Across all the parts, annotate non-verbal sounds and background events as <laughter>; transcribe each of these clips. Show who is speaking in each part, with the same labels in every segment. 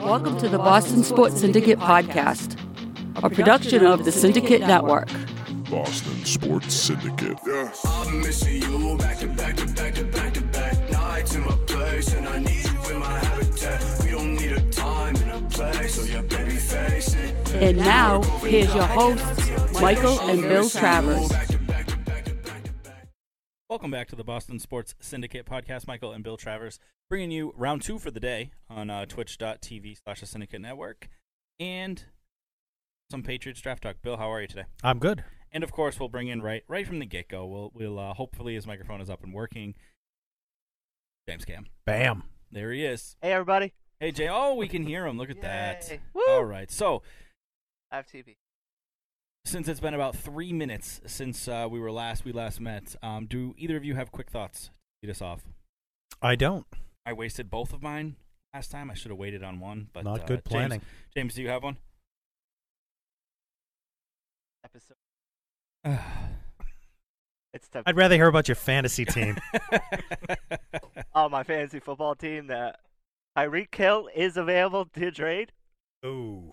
Speaker 1: Welcome to the Boston Sports Syndicate podcast, a production of the Syndicate Network.
Speaker 2: Boston Sports Syndicate.
Speaker 3: I'm missing you back to back to back to back to back nights in my place, and I need you in my habitat. We don't need a time and a place, so yeah, baby, face it.
Speaker 1: And now, here's your hosts, Michael and Bill Travers.
Speaker 4: Welcome back to the Boston Sports Syndicate podcast. Michael and Bill Travers bringing you round two for the day on uh, twitch.tv slash the syndicate network and some Patriots draft talk. Bill, how are you today?
Speaker 5: I'm good.
Speaker 4: And of course, we'll bring in right right from the get go. We'll we'll uh, hopefully his microphone is up and working. James Cam,
Speaker 5: Bam.
Speaker 4: there he is.
Speaker 6: Hey everybody.
Speaker 4: Hey Jay, oh we can hear him. Look at that.
Speaker 6: Yay. Woo.
Speaker 4: All right, so
Speaker 6: I have TV.
Speaker 4: since it's been about three minutes since uh, we were last we last met, um, do either of you have quick thoughts to lead us off?
Speaker 5: I don't.
Speaker 4: I wasted both of mine last time. I should have waited on one, but
Speaker 5: Not
Speaker 4: uh,
Speaker 5: good
Speaker 4: James-
Speaker 5: planning.
Speaker 4: James, do you have one?
Speaker 6: Episode. It's tough.
Speaker 5: I'd rather hear about your
Speaker 4: <sighs> <laughs>
Speaker 5: fantasy team.
Speaker 6: Oh, my fantasy football team that Tyreek Hill is available to trade.
Speaker 5: Ooh.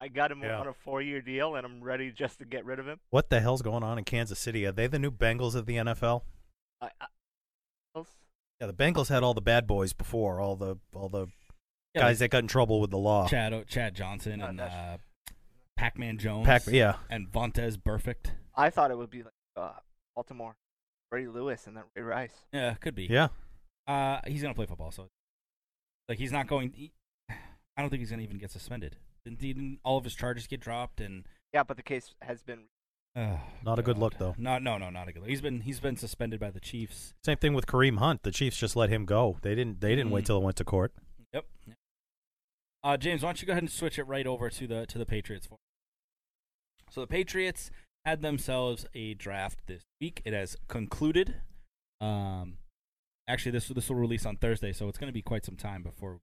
Speaker 6: I got him
Speaker 5: Yeah.
Speaker 6: on a four-year deal, and I'm ready just to get rid of him.
Speaker 5: What the hell's going on in Kansas City? Are they the new Bengals of the NFL?
Speaker 6: I, I,
Speaker 5: Yeah, the Bengals had all the bad boys before, all the all the guys that got in trouble with the law.
Speaker 4: Chad O- Chad Johnson
Speaker 6: Oh,
Speaker 4: and
Speaker 6: that's-
Speaker 4: uh, Pac Man Jones,
Speaker 5: Pac- yeah.
Speaker 4: and Vontez Perfect.
Speaker 6: I thought it would be like uh, Baltimore, Ray Lewis, and then Ray Rice.
Speaker 4: Yeah, could be.
Speaker 5: Yeah.
Speaker 4: Uh, he's gonna play football, so like he's not going. he- I don't think he's gonna even get suspended. Didn't, didn't all of his charges get dropped? And <sighs>
Speaker 6: Yeah, but the case has been.
Speaker 4: oh,
Speaker 5: Not a good
Speaker 4: God.
Speaker 5: look, though.
Speaker 4: Not no no not a good look. He's been he's been suspended by the Chiefs.
Speaker 5: Same thing with Kareem Hunt. The Chiefs just let him go. They didn't they didn't
Speaker 4: Mm.
Speaker 5: wait till it went to court.
Speaker 4: Yep. Uh, James, why don't you go ahead and switch it right over to the to the Patriots for? So the Patriots had themselves a draft this week. It has concluded. Um, actually, this this will release on Thursday, so it's going to be quite some time before.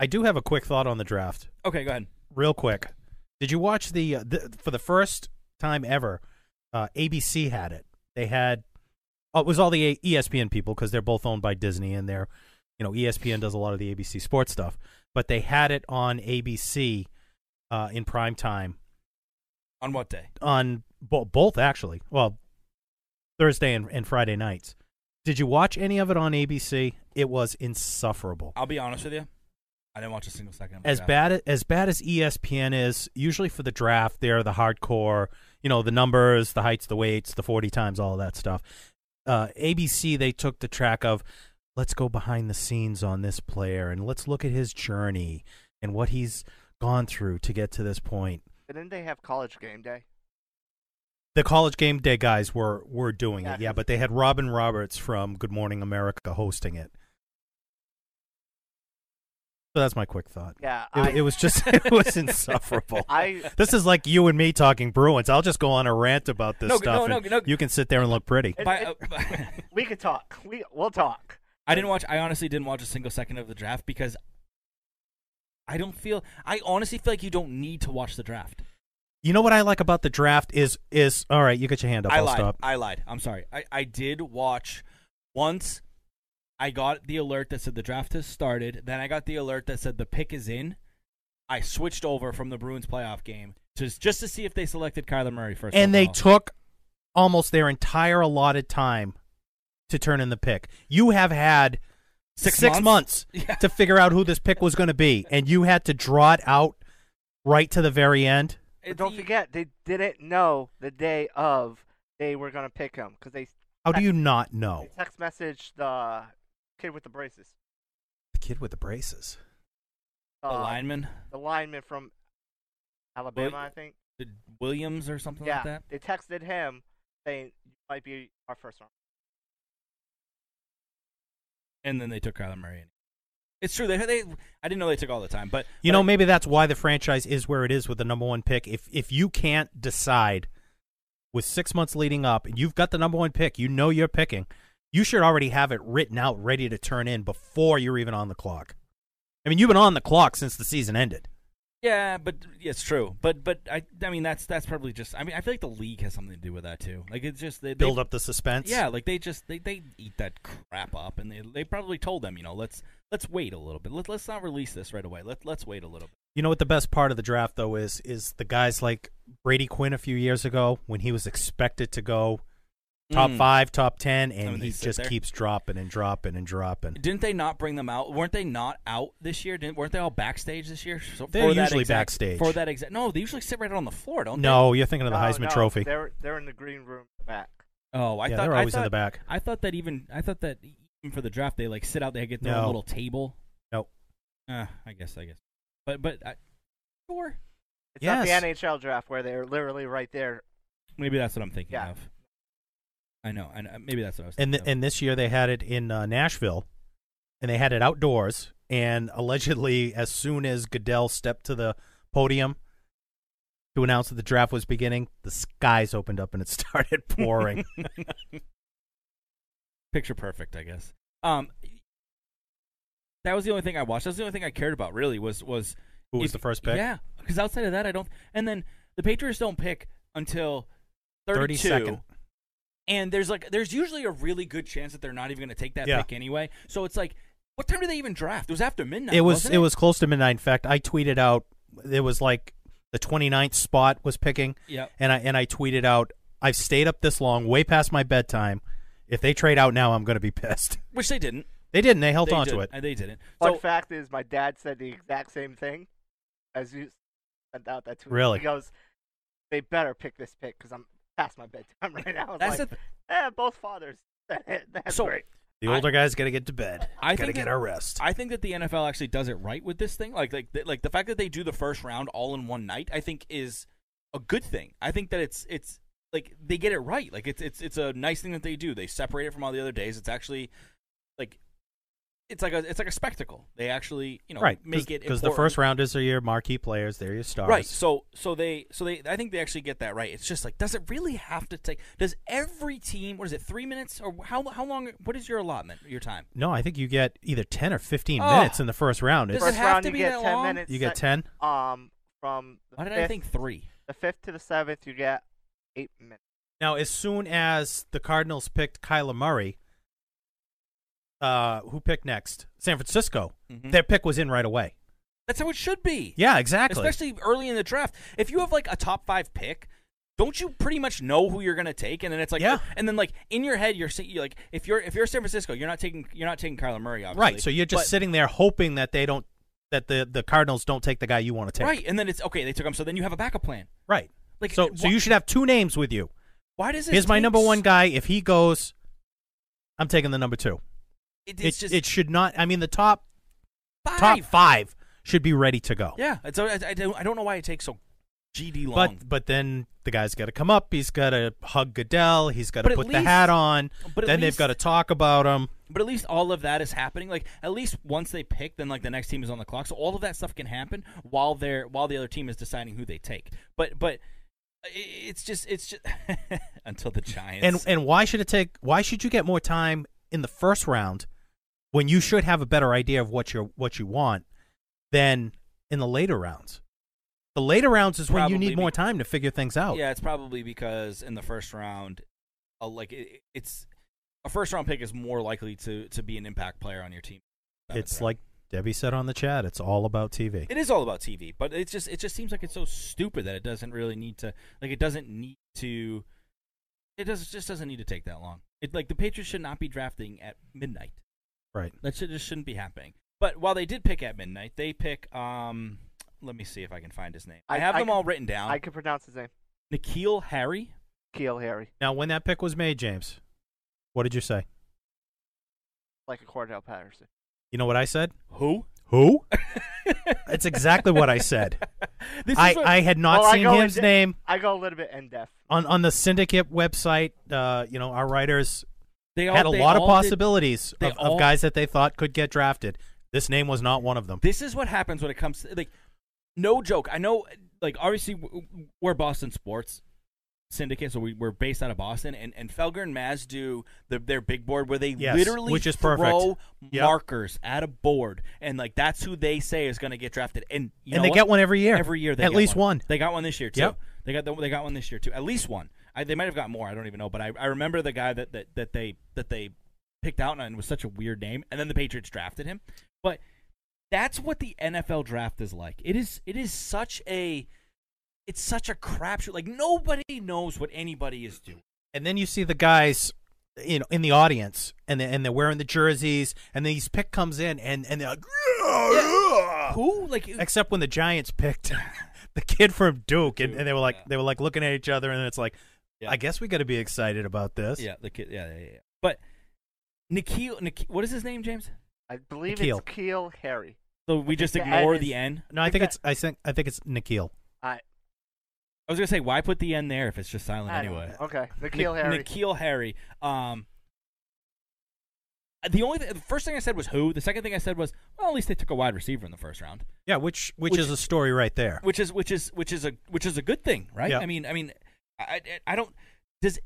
Speaker 5: I do have a quick thought on the draft.
Speaker 4: Okay, go ahead.
Speaker 5: Real quick. Did you watch the, uh, the for the first time ever, uh, ABC had it. They had oh, it was all the ESPN people because they're both owned by Disney and they're you know E ESPN does a lot of the ABC sports stuff, but they had it on ABC uh, in prime time
Speaker 4: On what day?
Speaker 5: on bo- both actually. Well, Thursday and, and Friday nights. Did you watch any of it on ABC? It was insufferable.
Speaker 4: I'll be honest with you. I didn't watch a single second. Of the
Speaker 5: As
Speaker 4: draft.
Speaker 5: bad as bad as E ESPN is, usually for the draft, they're the hardcore. You know, the numbers, the heights, the weights, the forty times, all of that stuff. Uh, ABC they took the track of, let's go behind the scenes on this player and let's look at his journey and what he's gone through to get to this point.
Speaker 6: Didn't they have college game day?
Speaker 5: The college game day guys were were doing it,
Speaker 6: Yeah.
Speaker 5: yeah, but they had Robin Roberts from Good Morning America hosting it. So that's my quick thought.
Speaker 6: Yeah,
Speaker 5: It,
Speaker 6: I,
Speaker 5: it was just <laughs> it was insufferable.
Speaker 6: <laughs> I
Speaker 5: this is like you and me talking Bruins. I'll just go on a rant about this
Speaker 4: No,
Speaker 5: stuff.
Speaker 4: no,
Speaker 5: and
Speaker 4: no, no.
Speaker 5: You can sit there and look pretty.
Speaker 6: It-
Speaker 4: By-
Speaker 6: it-
Speaker 4: uh, <laughs>
Speaker 6: we could talk. We we'll talk.
Speaker 4: I didn't watch. I honestly didn't watch a single second of the draft because I don't feel. I honestly feel like you don't need to watch the draft.
Speaker 5: You know what I like about the draft is is all right. You get your hand up.
Speaker 4: I
Speaker 5: will
Speaker 4: lied.
Speaker 5: stop.
Speaker 4: I lied. I'm sorry. I, I did watch once. I got the alert that said the draft has started. Then I got the alert that said the pick is in. I switched over from the Bruins playoff game to just to see if they selected Kyler Murray first.
Speaker 5: and they
Speaker 4: overall.
Speaker 5: took almost their entire allotted time to turn in the pick. You have had
Speaker 4: Six months?
Speaker 5: months,
Speaker 4: <laughs> Yeah.
Speaker 5: to figure out who this pick was going to be, and you had to draw it out right to the very end.
Speaker 6: But
Speaker 4: It-
Speaker 6: don't
Speaker 4: the-
Speaker 6: forget, they didn't know the day of they were gonna pick him because they
Speaker 5: How do you not know?
Speaker 6: they
Speaker 4: Oh.
Speaker 6: text messaged the kid with the braces,
Speaker 5: The kid with the braces.
Speaker 4: the
Speaker 6: uh,
Speaker 4: lineman
Speaker 6: the lineman from Alabama, I think.
Speaker 4: the Williams or something
Speaker 6: yeah,
Speaker 4: like that.
Speaker 6: they texted him saying you might be our first round.
Speaker 4: And then they took Kyler Murray. in. It's true. They, they I didn't know they took all the time, but
Speaker 5: You
Speaker 4: but
Speaker 5: know,
Speaker 4: I-
Speaker 5: maybe that's why the franchise is where it is with the number one pick. If if you can't decide with six months leading up, and you've got the number one pick, you know you're picking. You should already have it written out, ready to turn in before you're even on the clock. I mean, you've been on the clock since the season ended.
Speaker 4: Yeah, but it's true. But but I I mean that's that's probably just I mean I feel like the league has something to do with that too. Like it's just they, they
Speaker 5: Build up the suspense.
Speaker 4: Yeah, like they just they, they eat that crap up, and they, they probably told them, you know, let's let's wait a little bit. Let let's not release this right away. Let let's wait a little bit.
Speaker 5: You know what the best part of the draft though is is the guys like Brady Quinn a few years ago when he was expected to go top
Speaker 4: Mm.
Speaker 5: five, top ten, and
Speaker 4: And they
Speaker 5: he
Speaker 4: sit
Speaker 5: just
Speaker 4: there.
Speaker 5: keeps dropping and dropping and dropping.
Speaker 4: Didn't they not bring them out? Weren't they not out this year? Didn't weren't they all backstage this year? So
Speaker 5: They're
Speaker 4: for that
Speaker 5: usually
Speaker 4: exact-
Speaker 5: backstage.
Speaker 4: for that exact. No, they usually sit right out on the floor, don't they?
Speaker 5: No, you're thinking of the
Speaker 6: No,
Speaker 5: Heisman
Speaker 6: no,
Speaker 5: Trophy.
Speaker 6: They're they're in the green room back.
Speaker 4: Oh, I
Speaker 5: yeah,
Speaker 4: thought
Speaker 5: they're
Speaker 4: I
Speaker 5: always in the
Speaker 4: thought-
Speaker 5: back.
Speaker 4: I thought that even I thought that even for the draft they like sit out they get their own
Speaker 5: No.
Speaker 4: little table.
Speaker 5: Nope.
Speaker 4: Uh, I guess I guess. But but I, sure.
Speaker 6: It's not
Speaker 5: Yes.
Speaker 6: the NHL draft where they're literally right there.
Speaker 4: Maybe that's what I'm thinking
Speaker 6: Yeah.
Speaker 4: of. I know. I know. Maybe that's what I was.
Speaker 5: And
Speaker 4: thinking
Speaker 5: th- and this year they had it in uh, Nashville, and they had it outdoors. And allegedly, as soon as Goodell stepped to the podium to announce that the draft was beginning, the skies opened up and it <laughs> started
Speaker 4: of. <laughs>
Speaker 5: pouring.
Speaker 4: Picture perfect, I guess. Um, that was the only thing I watched. That was the only thing I cared about. Really was was
Speaker 5: Who was
Speaker 4: if-
Speaker 5: the first pick?
Speaker 4: Yeah, because outside of that, I don't. And then the Patriots don't pick until
Speaker 5: 30
Speaker 4: 32.
Speaker 5: second.
Speaker 4: and there's like there's usually a really good chance that they're not even going to take that
Speaker 5: Yeah.
Speaker 4: pick anyway. So it's like, what time did they even draft? It was after midnight.
Speaker 5: it was
Speaker 4: wasn't
Speaker 5: it was close to midnight. In fact, I tweeted out it was like the 29th spot was picking,
Speaker 4: Yep.
Speaker 5: and I and I tweeted out I've stayed up this long, way past my bedtime. If they trade out now, I'm going to be <laughs> pissed.
Speaker 4: which they didn't.
Speaker 5: They didn't. They held
Speaker 4: They
Speaker 5: on to
Speaker 4: didn't.
Speaker 5: it.
Speaker 4: Uh, They didn't.
Speaker 6: Fun
Speaker 4: So-
Speaker 6: fact is, my dad said the exact same thing as you sent out that tweet.
Speaker 5: Really?
Speaker 6: He goes, "They better pick this pick because I'm past my bedtime <laughs> right now." I was
Speaker 4: That's
Speaker 6: like,
Speaker 4: the-
Speaker 6: "Eh, both fathers. <laughs> That's
Speaker 4: So-
Speaker 6: great."
Speaker 5: The
Speaker 4: I-
Speaker 5: older guys got to get to bed.
Speaker 4: I
Speaker 5: got to
Speaker 4: think
Speaker 5: get
Speaker 4: that-
Speaker 5: our rest.
Speaker 4: I think that the NFL actually does it right with this thing. Like like th- like the fact that they do the first round all in one night, I think is a good thing. I think that it's it's like they get it right. Like it's it's it's a nice thing that they do. They separate it from all the other days. It's actually like it's like a it's like a spectacle. They actually you know
Speaker 5: right,
Speaker 4: make it
Speaker 5: because the
Speaker 4: important.
Speaker 5: first rounders are your marquee players. They're your stars.
Speaker 4: Right. So so they so they I think they actually get that right. It's just like does it really have to take does every team what is it 3 minutes or how how long what is your allotment your time?
Speaker 5: No, I think you get either ten or fifteen
Speaker 4: Oh.
Speaker 5: minutes in the first round.
Speaker 4: Does
Speaker 5: It's,
Speaker 4: it
Speaker 6: First
Speaker 4: have
Speaker 6: round,
Speaker 4: to
Speaker 6: you
Speaker 4: be
Speaker 6: get
Speaker 4: that
Speaker 6: ten
Speaker 4: long?
Speaker 6: minutes.
Speaker 5: you get
Speaker 6: sec-
Speaker 5: ten.
Speaker 6: Um, from the
Speaker 4: Why did I
Speaker 6: fifth-
Speaker 4: think 3?
Speaker 6: the fifth to the seventh? You get eight minutes.
Speaker 5: Now, as soon as the Cardinals picked Kyler Murray, uh, who picked next? San Francisco.
Speaker 4: Mhm.
Speaker 5: Their pick was in right away.
Speaker 4: That's how it should be.
Speaker 5: Yeah, exactly.
Speaker 4: Especially early in the draft. If you have like a top five pick, don't you pretty much know who you're gonna take? And then it's like,
Speaker 5: Yeah.
Speaker 4: And then like in your head, you're si- you're like, if you're if you're San Francisco, you're not taking you're not taking Kyler Murray, obviously.
Speaker 5: right. So you're just
Speaker 4: But-
Speaker 5: sitting there hoping that they don't that the the Cardinals don't take the guy you want to take.
Speaker 4: right. And then it's okay. They took him. So then you have a backup plan.
Speaker 5: Right.
Speaker 4: Like
Speaker 5: so
Speaker 4: wh-
Speaker 5: so you should have two names with you.
Speaker 4: Why does it?
Speaker 5: Here's my
Speaker 4: take
Speaker 5: number one
Speaker 4: s-
Speaker 5: guy. If he goes, I'm taking the number two.
Speaker 4: It,
Speaker 5: It,
Speaker 4: it's just
Speaker 5: it should not. I mean, the top
Speaker 4: five.
Speaker 5: top five should be ready to go.
Speaker 4: Yeah. It's, I, I don't I don't know why it takes so GD long.
Speaker 5: But but then the guy's got to come up. He's got to hug Goodell. He's got to
Speaker 4: But at
Speaker 5: put the
Speaker 4: least-
Speaker 5: hat on.
Speaker 4: but at
Speaker 5: then
Speaker 4: least-
Speaker 5: they've got to talk about him.
Speaker 4: But at least all of that is happening. Like at least once they pick, then like the next team is on the clock, so all of that stuff can happen while they're while the other team is deciding who they take. But but uh, i- it's just it's just <laughs> until the Giants
Speaker 5: And and why should it take? Why should you get more time in the first round when you should have a better idea of what you what you want than in the later rounds? The later rounds is when you
Speaker 4: Probably
Speaker 5: need more
Speaker 4: be-
Speaker 5: time to figure things out.
Speaker 4: yeah, it's probably because in the first round, uh, like it, it's a first round pick is more likely to to be an impact player on your team.
Speaker 5: it's
Speaker 4: Seventh round.
Speaker 5: like Debbie said on the chat. It's all about TV.
Speaker 4: it is all about TV, but it's just it just seems like it's so stupid that it doesn't really need to like it doesn't need to it does just doesn't need to take that long. It like the Patriots should not be drafting at midnight.
Speaker 5: right.
Speaker 4: That shit just shouldn't be happening. But while they did pick at midnight, they pick um let me see if I can find his name. I,
Speaker 6: I-
Speaker 4: have
Speaker 6: I
Speaker 4: them
Speaker 6: can-
Speaker 4: all written down.
Speaker 6: I can pronounce his name.
Speaker 4: Nikhil Harry.
Speaker 6: Keel Harry,
Speaker 5: Now, when that pick was made, James, what did you say?
Speaker 6: like a Cordell Patterson.
Speaker 5: You know what I said?
Speaker 4: Who? <laughs>
Speaker 5: Who? That's exactly what I said.
Speaker 4: This
Speaker 5: I,
Speaker 4: is what-
Speaker 5: I had not
Speaker 6: Oh, I
Speaker 5: seen
Speaker 6: go in
Speaker 5: his
Speaker 6: de-
Speaker 5: name
Speaker 6: I go a little bit in depth.
Speaker 5: on, on the syndicate website. Uh, you know, our writers
Speaker 4: they all-
Speaker 5: had a
Speaker 4: they
Speaker 5: lot of
Speaker 4: all did-
Speaker 5: possibilities
Speaker 4: they
Speaker 5: of,
Speaker 4: all-
Speaker 5: of guys that they thought could get drafted. This name was not one of them.
Speaker 4: This is what happens when it comes to like no joke. I know like obviously w- w- we're Boston sports, syndicate, so we, we're based out of Boston, and, and Felger and Maz do the, their big board where they
Speaker 5: Yes,
Speaker 4: literally
Speaker 5: which is
Speaker 4: throw
Speaker 5: perfect. Yep.
Speaker 4: markers at a board, and like that's who they say is going to get drafted, and you know
Speaker 5: And they
Speaker 4: what?
Speaker 5: get one every year.
Speaker 4: Every year, they
Speaker 5: At
Speaker 4: get
Speaker 5: least one.
Speaker 4: They got one this year too.
Speaker 5: Yep.
Speaker 4: They got the, they got one this year too. At least one. I, they might have got more. I don't even know, but I, I remember the guy that, that, that they that they picked out and it was such a weird name, and then the Patriots drafted him. But that's what the NFL draft is like. It is it is such a it's such a crapshoot. Like nobody knows what anybody is doing.
Speaker 5: and then you see the guys you know in the audience and they, and they're wearing the jerseys and these pick comes in and and they're like Oh.
Speaker 4: Who like
Speaker 5: except when the Giants picked <laughs> the kid from Duke and, and they were like they were like looking at each other and it's like
Speaker 4: Yeah.
Speaker 5: I guess we got to be excited about this.
Speaker 4: yeah the kid yeah yeah yeah. But Nikhil, Nikhil what is his name James?
Speaker 6: I believe
Speaker 5: Nikhil.
Speaker 6: it's Keel Harry.
Speaker 4: So we just
Speaker 6: think the
Speaker 4: ignore
Speaker 6: N
Speaker 4: the
Speaker 6: is-
Speaker 4: N.
Speaker 5: No, I think
Speaker 6: Like
Speaker 5: it's I think I think it's Nikhil.
Speaker 6: I,
Speaker 4: I was gonna say why put the N there if it's just silent
Speaker 6: I don't
Speaker 4: anyway.
Speaker 6: know. Okay, Nikhil Harry.
Speaker 4: Nikhil Harry. Um, the only th- the first thing I said was who. The second thing I said was, well, at least they took a wide receiver in the first round,
Speaker 5: Yeah, which which,
Speaker 4: Which-
Speaker 5: is a story right there.
Speaker 4: which is which is which is a which is a good thing, right?
Speaker 5: Yeah.
Speaker 4: I mean, I mean, I, I I don't does.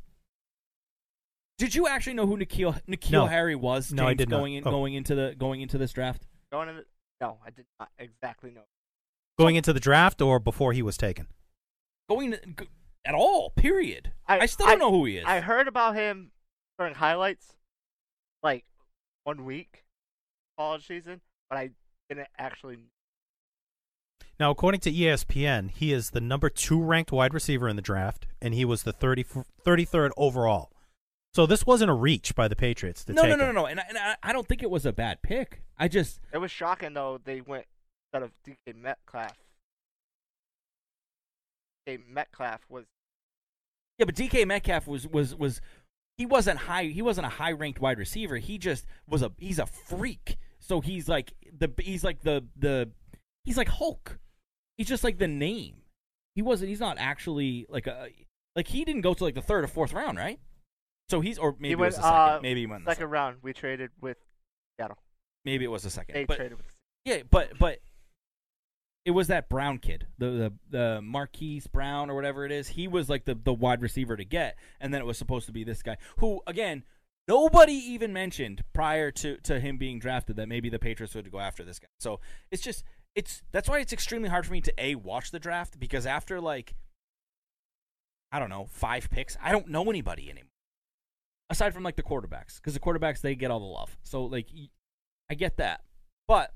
Speaker 4: Did you actually know who Nikhil Nikhil
Speaker 5: No.
Speaker 4: Harry was?
Speaker 5: No, I
Speaker 4: James,
Speaker 5: did not.
Speaker 4: going in
Speaker 5: Oh.
Speaker 4: going into the going into this draft.
Speaker 6: Going in the, no, I did not exactly know.
Speaker 5: Going into the draft or before he was taken.
Speaker 4: Going g- at all, period. I, still don't know who he is.
Speaker 6: I heard about him during highlights, like one week, college season, but I didn't actually.
Speaker 5: Now, according to E ESPN, he is the number two ranked wide receiver in the draft, and he was the 30, 33rd overall. So this wasn't a reach by the Patriots to
Speaker 4: no,
Speaker 5: take
Speaker 4: no, no, no,
Speaker 5: him.
Speaker 4: no, and I, and I, I don't think it was a bad pick. I just
Speaker 6: It was shocking though they went instead of DK Metcalf. DK Metcalf was
Speaker 4: Yeah, but DK Metcalf was was was he wasn't high. He wasn't a high ranked wide receiver. He just was a he's a freak. So he's like the he's like the the he's like Hulk. He's just like the name. He wasn't. He's not actually like a like he didn't go to like the third or fourth round, right? So he's or maybe
Speaker 6: he
Speaker 4: it was
Speaker 6: went
Speaker 4: the second.
Speaker 6: uh,
Speaker 4: maybe he went. in the
Speaker 6: second
Speaker 4: second.
Speaker 6: round. We traded with Seattle.
Speaker 4: Maybe it was the second.
Speaker 6: They
Speaker 4: But-
Speaker 6: traded with.
Speaker 4: yeah, but but it was that Brown kid, the the the Marquise Brown or whatever it is. He was like the the wide receiver to get, and then it was supposed to be this guy who again nobody even mentioned prior to to him being drafted that maybe the Patriots would go after this guy. So it's just it's that's why it's extremely hard for me to a watch the draft because after like I don't know five picks, I don't know anybody anymore aside from like the quarterbacks because the quarterbacks they get all the love. So like y- I get that, but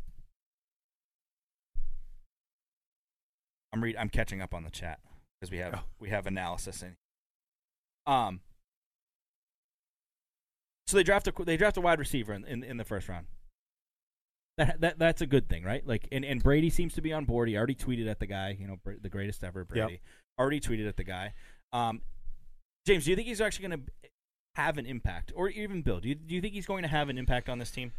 Speaker 4: I'm read. I'm catching up on the chat because we have
Speaker 5: Oh.
Speaker 4: we have analysis in. Um. So they draft a they draft a wide receiver in, in, in the first round. That, that that's a good thing, right? Like, and, and Brady seems to be on board. He already tweeted at the guy, you know, Br- the greatest ever, Brady. Already tweeted at the guy. Um, James, do you think he's actually going to have an impact, or even Bill? Do you do you think he's going to have an impact on this team?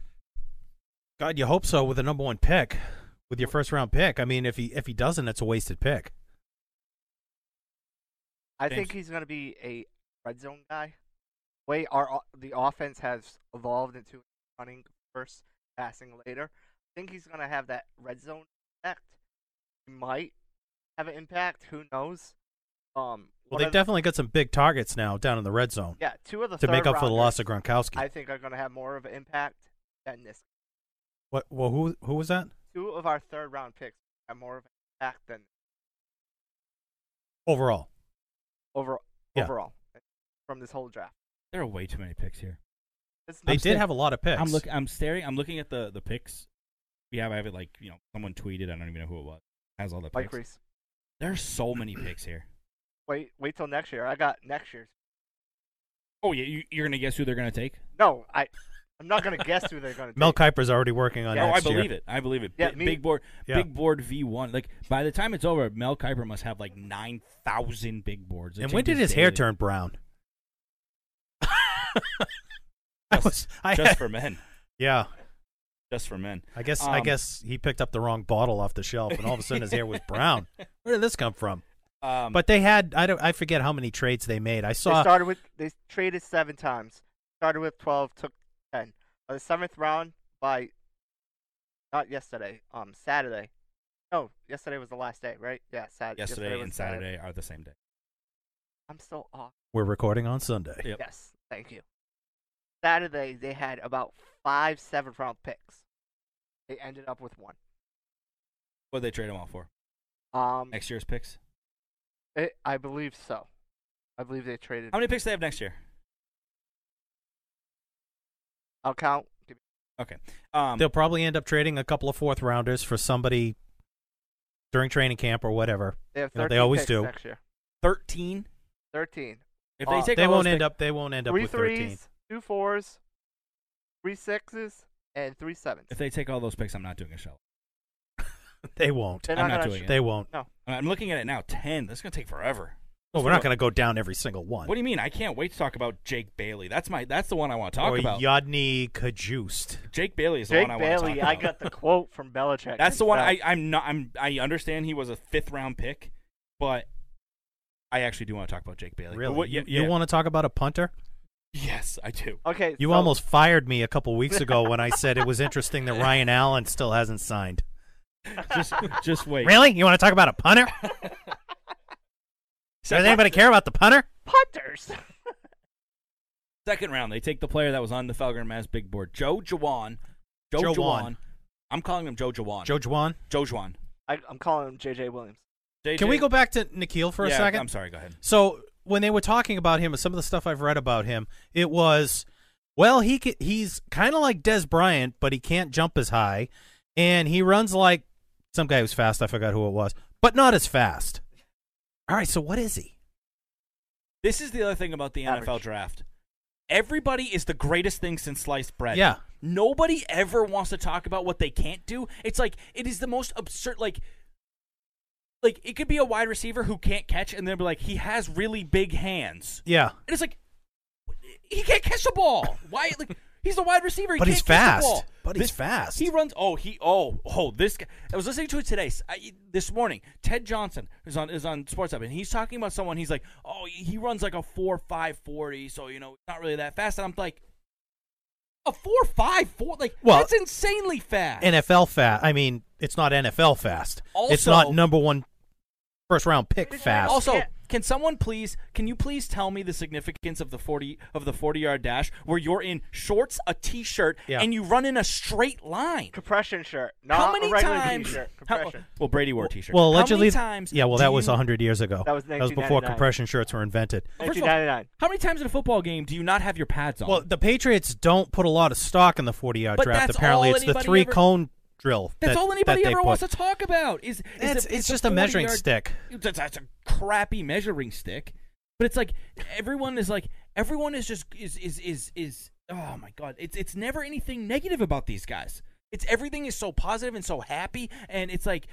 Speaker 5: God, you hope so with the number one pick, with your first round pick. I mean, if he if he doesn't, it's a wasted pick.
Speaker 6: I
Speaker 4: James.
Speaker 6: think he's gonna be a red zone guy. Way our o- the offense has evolved into running first, passing later. I think he's gonna have that red zone effect. He might have an impact. Who knows? Um.
Speaker 5: Well,
Speaker 6: one
Speaker 5: they've
Speaker 6: of the-
Speaker 5: definitely got some big targets now down in the red zone
Speaker 6: yeah two of the
Speaker 5: to make
Speaker 6: third
Speaker 5: up for the loss of
Speaker 6: rounders,
Speaker 5: Gronkowski.
Speaker 6: I think are gonna have more of an impact than this.
Speaker 5: what? Well, who who was that?
Speaker 6: Two of our third round picks have more of an impact than
Speaker 5: Overall,
Speaker 6: over
Speaker 5: Yeah.
Speaker 6: overall from this whole draft.
Speaker 4: There are way too many picks here.
Speaker 6: It's
Speaker 5: they
Speaker 4: I'm
Speaker 5: did
Speaker 4: sta-
Speaker 5: have a lot of picks.
Speaker 4: I'm look. I'm staring. I'm looking at the the picks. We have. I have it like you know. Someone tweeted. I don't even know who it was. Has all the
Speaker 6: Mike
Speaker 4: picks.
Speaker 6: Reese.
Speaker 4: There's so many picks here.
Speaker 6: Wait, wait till next year. I got next year's.
Speaker 4: Oh yeah, you, you're gonna guess who they're gonna take?
Speaker 6: No, I. I'm not gonna guess who they're gonna.
Speaker 5: <laughs> Mel Kiper's already working on
Speaker 6: Yeah,
Speaker 4: oh, I
Speaker 5: next year.
Speaker 4: believe it. I believe it.
Speaker 6: Yeah,
Speaker 4: Bi-
Speaker 6: me-
Speaker 4: big board.
Speaker 5: Yeah.
Speaker 4: Big board V1. Like by the time it's over, Mel Kiper must have like nine thousand big boards. It
Speaker 5: And when did
Speaker 4: changes
Speaker 5: his hair
Speaker 4: daily. <laughs>
Speaker 5: turn <laughs> brown? I
Speaker 4: Just,
Speaker 5: was- I
Speaker 4: just
Speaker 5: had-
Speaker 4: for men.
Speaker 5: <laughs> yeah.
Speaker 4: Just for men.
Speaker 5: I guess I
Speaker 4: Um,
Speaker 5: guess he picked up the wrong bottle off the shelf, and all of a sudden his hair was
Speaker 4: <laughs>
Speaker 5: brown. Where did this come from?
Speaker 4: Um,
Speaker 5: but they had I don't I forget how many trades they made. I
Speaker 6: They
Speaker 5: saw
Speaker 6: started with they traded seven times. Started with twelve, took ten. By the seventh round, by not yesterday, um, Saturday. No, yesterday was the last day, right? Yeah, Saturday.
Speaker 4: yesterday
Speaker 6: was
Speaker 4: and Saturday are the same day.
Speaker 6: I'm so off.
Speaker 5: We're recording on Sunday.
Speaker 4: Yep.
Speaker 6: <laughs> Yes, thank you. Saturday they had about five seventh round picks. They ended up with one.
Speaker 4: What they trade him off for?
Speaker 6: Um,
Speaker 4: Next year's picks.
Speaker 6: it- I believe so. I believe they traded.
Speaker 4: How many picks do they have next year?
Speaker 6: I'll count. Give me-
Speaker 4: Okay. Um,
Speaker 5: They'll probably end up trading a couple of fourth rounders for somebody during training camp or whatever.
Speaker 6: They have
Speaker 5: You know,
Speaker 6: 13
Speaker 5: they always
Speaker 6: picks
Speaker 5: do.
Speaker 6: next year.
Speaker 4: thirteen.
Speaker 6: 13.
Speaker 4: If they
Speaker 6: Uh,
Speaker 4: take,
Speaker 5: They
Speaker 4: all
Speaker 5: won't
Speaker 4: those
Speaker 5: end
Speaker 4: pick-
Speaker 5: up. They won't end up
Speaker 6: three
Speaker 5: with thirteen.
Speaker 6: threes, two fours, three sixes, and three sevens.
Speaker 4: If they take all those picks, I'm not doing a show.
Speaker 5: <laughs> They won't.
Speaker 6: They're
Speaker 4: I'm not
Speaker 6: gonna
Speaker 4: doing
Speaker 6: sh-
Speaker 4: it.
Speaker 5: They won't.
Speaker 4: I mean, I'm looking at it now. Ten. That's gonna take forever.
Speaker 5: Well,
Speaker 4: Let's
Speaker 5: we're not
Speaker 4: go-
Speaker 5: going to go down every single one.
Speaker 4: What do you mean? I can't wait to talk about Jake Bailey. That's my. That's the one I want to talk
Speaker 5: or
Speaker 4: about.
Speaker 5: Yadni Kajust.
Speaker 4: Jake Bailey is the
Speaker 6: Jake
Speaker 4: one I want to talk
Speaker 6: Bailey,
Speaker 4: about.
Speaker 6: I
Speaker 4: <laughs>
Speaker 6: got the quote from Belichick.
Speaker 4: That's the one I,
Speaker 6: himself.
Speaker 4: I'm not. I'm. I understand he was a fifth round pick, but I actually do want to talk about Jake Bailey. But
Speaker 5: Really?
Speaker 4: What,
Speaker 5: You-
Speaker 4: yeah,
Speaker 5: you
Speaker 4: yeah.
Speaker 5: want to talk about a punter?
Speaker 4: Yes, I do.
Speaker 6: <laughs> Okay.
Speaker 5: You
Speaker 6: so-
Speaker 5: almost fired me a couple weeks ago when I said it was interesting that Ryan Allen still hasn't signed.
Speaker 4: Just, just wait.
Speaker 5: Really? You want to talk about
Speaker 4: <laughs>
Speaker 5: a punter? Does
Speaker 4: Second,
Speaker 5: anybody care about the punter?
Speaker 6: punters.
Speaker 4: second round, they take the player that was on the Falcon Mass big board, Joe Jawan. Joe
Speaker 5: Joe Juwan.
Speaker 4: Jawan. I'm calling him Joe Jawan.
Speaker 5: Joe Juwan?
Speaker 4: Joe Juwan.
Speaker 6: I, I'm calling him JJ Williams.
Speaker 4: JJ
Speaker 5: Can we go back to Nikhil for a
Speaker 4: Yeah,
Speaker 5: second?
Speaker 4: I'm sorry. Go ahead.
Speaker 5: So when they were talking about him and some of the stuff I've read about him, it was, well, he ca- he's kind of like Des Bryant, but he can't jump as high, and he runs like some guy who's fast. I forgot who it was, but not as fast. All right, so what is he?
Speaker 4: This is the other thing about the
Speaker 6: Average.
Speaker 4: NFL draft. Everybody is the greatest thing since sliced bread.
Speaker 5: Yeah.
Speaker 4: Nobody ever wants to talk about what they can't do. It's like it is the most absurd like like it could be a wide receiver who can't catch and they'll be like he has really big hands.
Speaker 5: Yeah,
Speaker 4: And it's like he can't catch the ball. Why like he's a wide receiver. He
Speaker 5: But
Speaker 4: can't
Speaker 5: he's
Speaker 4: catch
Speaker 5: fast.
Speaker 4: The ball.
Speaker 5: But he's fast.
Speaker 4: He runs. Oh, he. Oh, oh. This. Guy, I was listening to it today. s- I, this morning, Ted Johnson is on is on Sports Hub, and he's talking about someone. He's like, oh, he runs like a four five forty. So you know, not really that fast. And I'm like, a four five four. Like
Speaker 5: Well-
Speaker 4: that's insanely fast.
Speaker 5: NFL fast. I mean, it's not NFL fast. it's
Speaker 4: Also-
Speaker 5: not number one first round pick
Speaker 6: It's
Speaker 5: fast.
Speaker 4: Also,
Speaker 6: Yeah.
Speaker 4: can someone please can you please tell me the significance of the 40 of the 40 yard dash where you're in shorts, a t-shirt
Speaker 5: Yeah.
Speaker 4: and you run in a straight line?
Speaker 6: Compression shirt. Not
Speaker 4: how many
Speaker 6: a regular
Speaker 4: times?
Speaker 6: T-shirt.
Speaker 4: how-
Speaker 6: Compression.
Speaker 4: well, Brady wore a t-shirt.
Speaker 5: well, allegedly,
Speaker 4: how many times
Speaker 5: yeah. Well,
Speaker 4: do
Speaker 5: that was
Speaker 4: you-
Speaker 5: was hundred years ago.
Speaker 6: That was
Speaker 5: before
Speaker 6: 1999.
Speaker 5: compression shirts were invented.
Speaker 4: Oh, First of all,
Speaker 6: 1999.
Speaker 4: How many times in a football game do you not have your pads on?
Speaker 5: Well, the Patriots don't put a lot of stock in the 40 yard
Speaker 4: But
Speaker 5: draft.
Speaker 4: that's
Speaker 5: Apparently,
Speaker 4: all
Speaker 5: it's the
Speaker 4: anybody
Speaker 5: three
Speaker 4: ever-
Speaker 5: cone drill.
Speaker 4: that's
Speaker 5: that-
Speaker 4: all anybody
Speaker 5: that they
Speaker 4: ever wants to
Speaker 5: put.
Speaker 4: talk about. Is, is
Speaker 5: It's-
Speaker 4: the-
Speaker 5: it's
Speaker 4: the
Speaker 5: just a measuring
Speaker 4: 40-yard
Speaker 5: stick.
Speaker 4: That's, that's a crappy measuring stick. But it's like everyone is like everyone is just is is is is. Oh my god! It's it's never anything negative about these guys. It's everything is so positive and so happy, and it's like,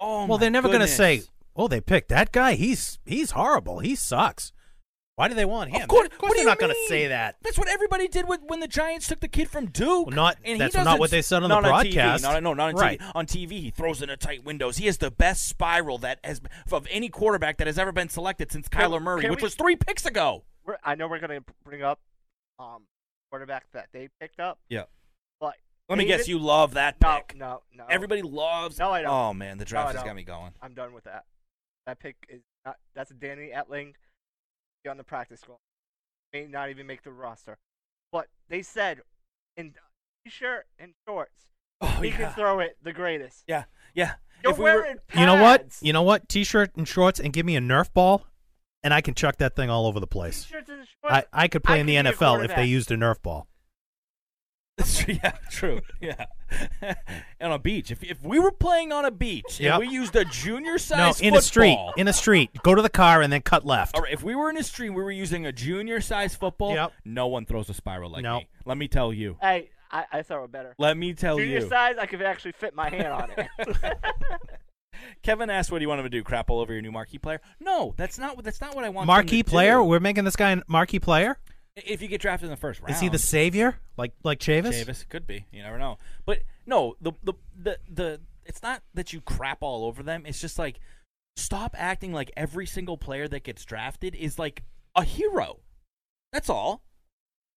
Speaker 4: oh.
Speaker 5: well,
Speaker 4: my
Speaker 5: they're never going to
Speaker 4: goodness.
Speaker 5: say, "Oh, they picked that guy. He's he's horrible. He sucks." Why do they want him?
Speaker 4: Of course, what do you
Speaker 5: they're not going to
Speaker 4: mean?
Speaker 5: say that.
Speaker 4: That's what everybody did with, when the Giants took the kid from Duke.
Speaker 5: Well, not-
Speaker 4: and he
Speaker 5: that's not
Speaker 4: doesn't-
Speaker 5: what they said on the
Speaker 4: not
Speaker 5: broadcast.
Speaker 4: On TV, not, no, not on
Speaker 5: Right.
Speaker 4: TV. On TV, he throws in a tight windows. He has the best spiral that has of any quarterback that has ever been selected since
Speaker 6: Can-
Speaker 4: Kyler Murray,
Speaker 6: can
Speaker 4: which
Speaker 6: we-
Speaker 4: was three picks ago.
Speaker 6: We're, I know we're gonna bring up um quarterback that they picked up,
Speaker 4: Yeah.
Speaker 6: but
Speaker 4: Let me
Speaker 6: David-
Speaker 4: guess, you love that
Speaker 6: No,
Speaker 4: pick.
Speaker 6: no, no.
Speaker 4: Everybody loves.
Speaker 6: No, I don't.
Speaker 4: Oh man, the
Speaker 6: I
Speaker 4: draft has
Speaker 6: don't.
Speaker 4: got me going.
Speaker 6: I'm done with that. That pick is not. That's Danny Etling. Be on the practice squad. May not even make the roster. But they said in t-shirt and shorts,
Speaker 4: Oh
Speaker 6: he
Speaker 4: yeah,
Speaker 6: can throw it the greatest.
Speaker 4: yeah, yeah.
Speaker 6: You're
Speaker 4: If we were- <laughs>
Speaker 6: wearing pads.
Speaker 5: You know what? You know what? T-shirt and shorts, and give me a Nerf ball, and I can chuck that thing all over the place.
Speaker 6: T-shirts and shorts.
Speaker 5: I, I could play in the
Speaker 6: be a
Speaker 5: NFL if they
Speaker 6: quarterback.
Speaker 5: used a Nerf ball.
Speaker 4: yeah, true. Yeah, <laughs> and on a beach. If, if we were playing on a beach,
Speaker 5: Yep.
Speaker 4: and we used a junior size
Speaker 5: No, in a street,
Speaker 4: football-
Speaker 5: in a street. Go to the car and then cut left.
Speaker 4: All right, if we were in a stream, we were using a junior size football.
Speaker 5: Yep.
Speaker 4: No one throws a spiral like
Speaker 5: No.
Speaker 4: me. Let me tell you.
Speaker 6: Hey, I, I throw it better.
Speaker 4: Let me tell
Speaker 6: Junior
Speaker 4: you.
Speaker 6: size, I could actually fit my hand on
Speaker 4: <laughs>
Speaker 6: it.
Speaker 4: Kevin asked, "What do you want him to do? Crap all over your new marquee player?" No, that's not. what That's not what I want. him
Speaker 5: Marquee
Speaker 4: to
Speaker 5: player.
Speaker 4: do.
Speaker 5: We're making this guy a marquee player.
Speaker 4: If you get drafted in the first round,
Speaker 5: Is he the savior? Like like Chavis?
Speaker 4: Chavis? Could be. You never know. But no, the the the the. It's not that you crap all over them. It's just like stop acting like every single player that gets drafted is like a hero. That's all.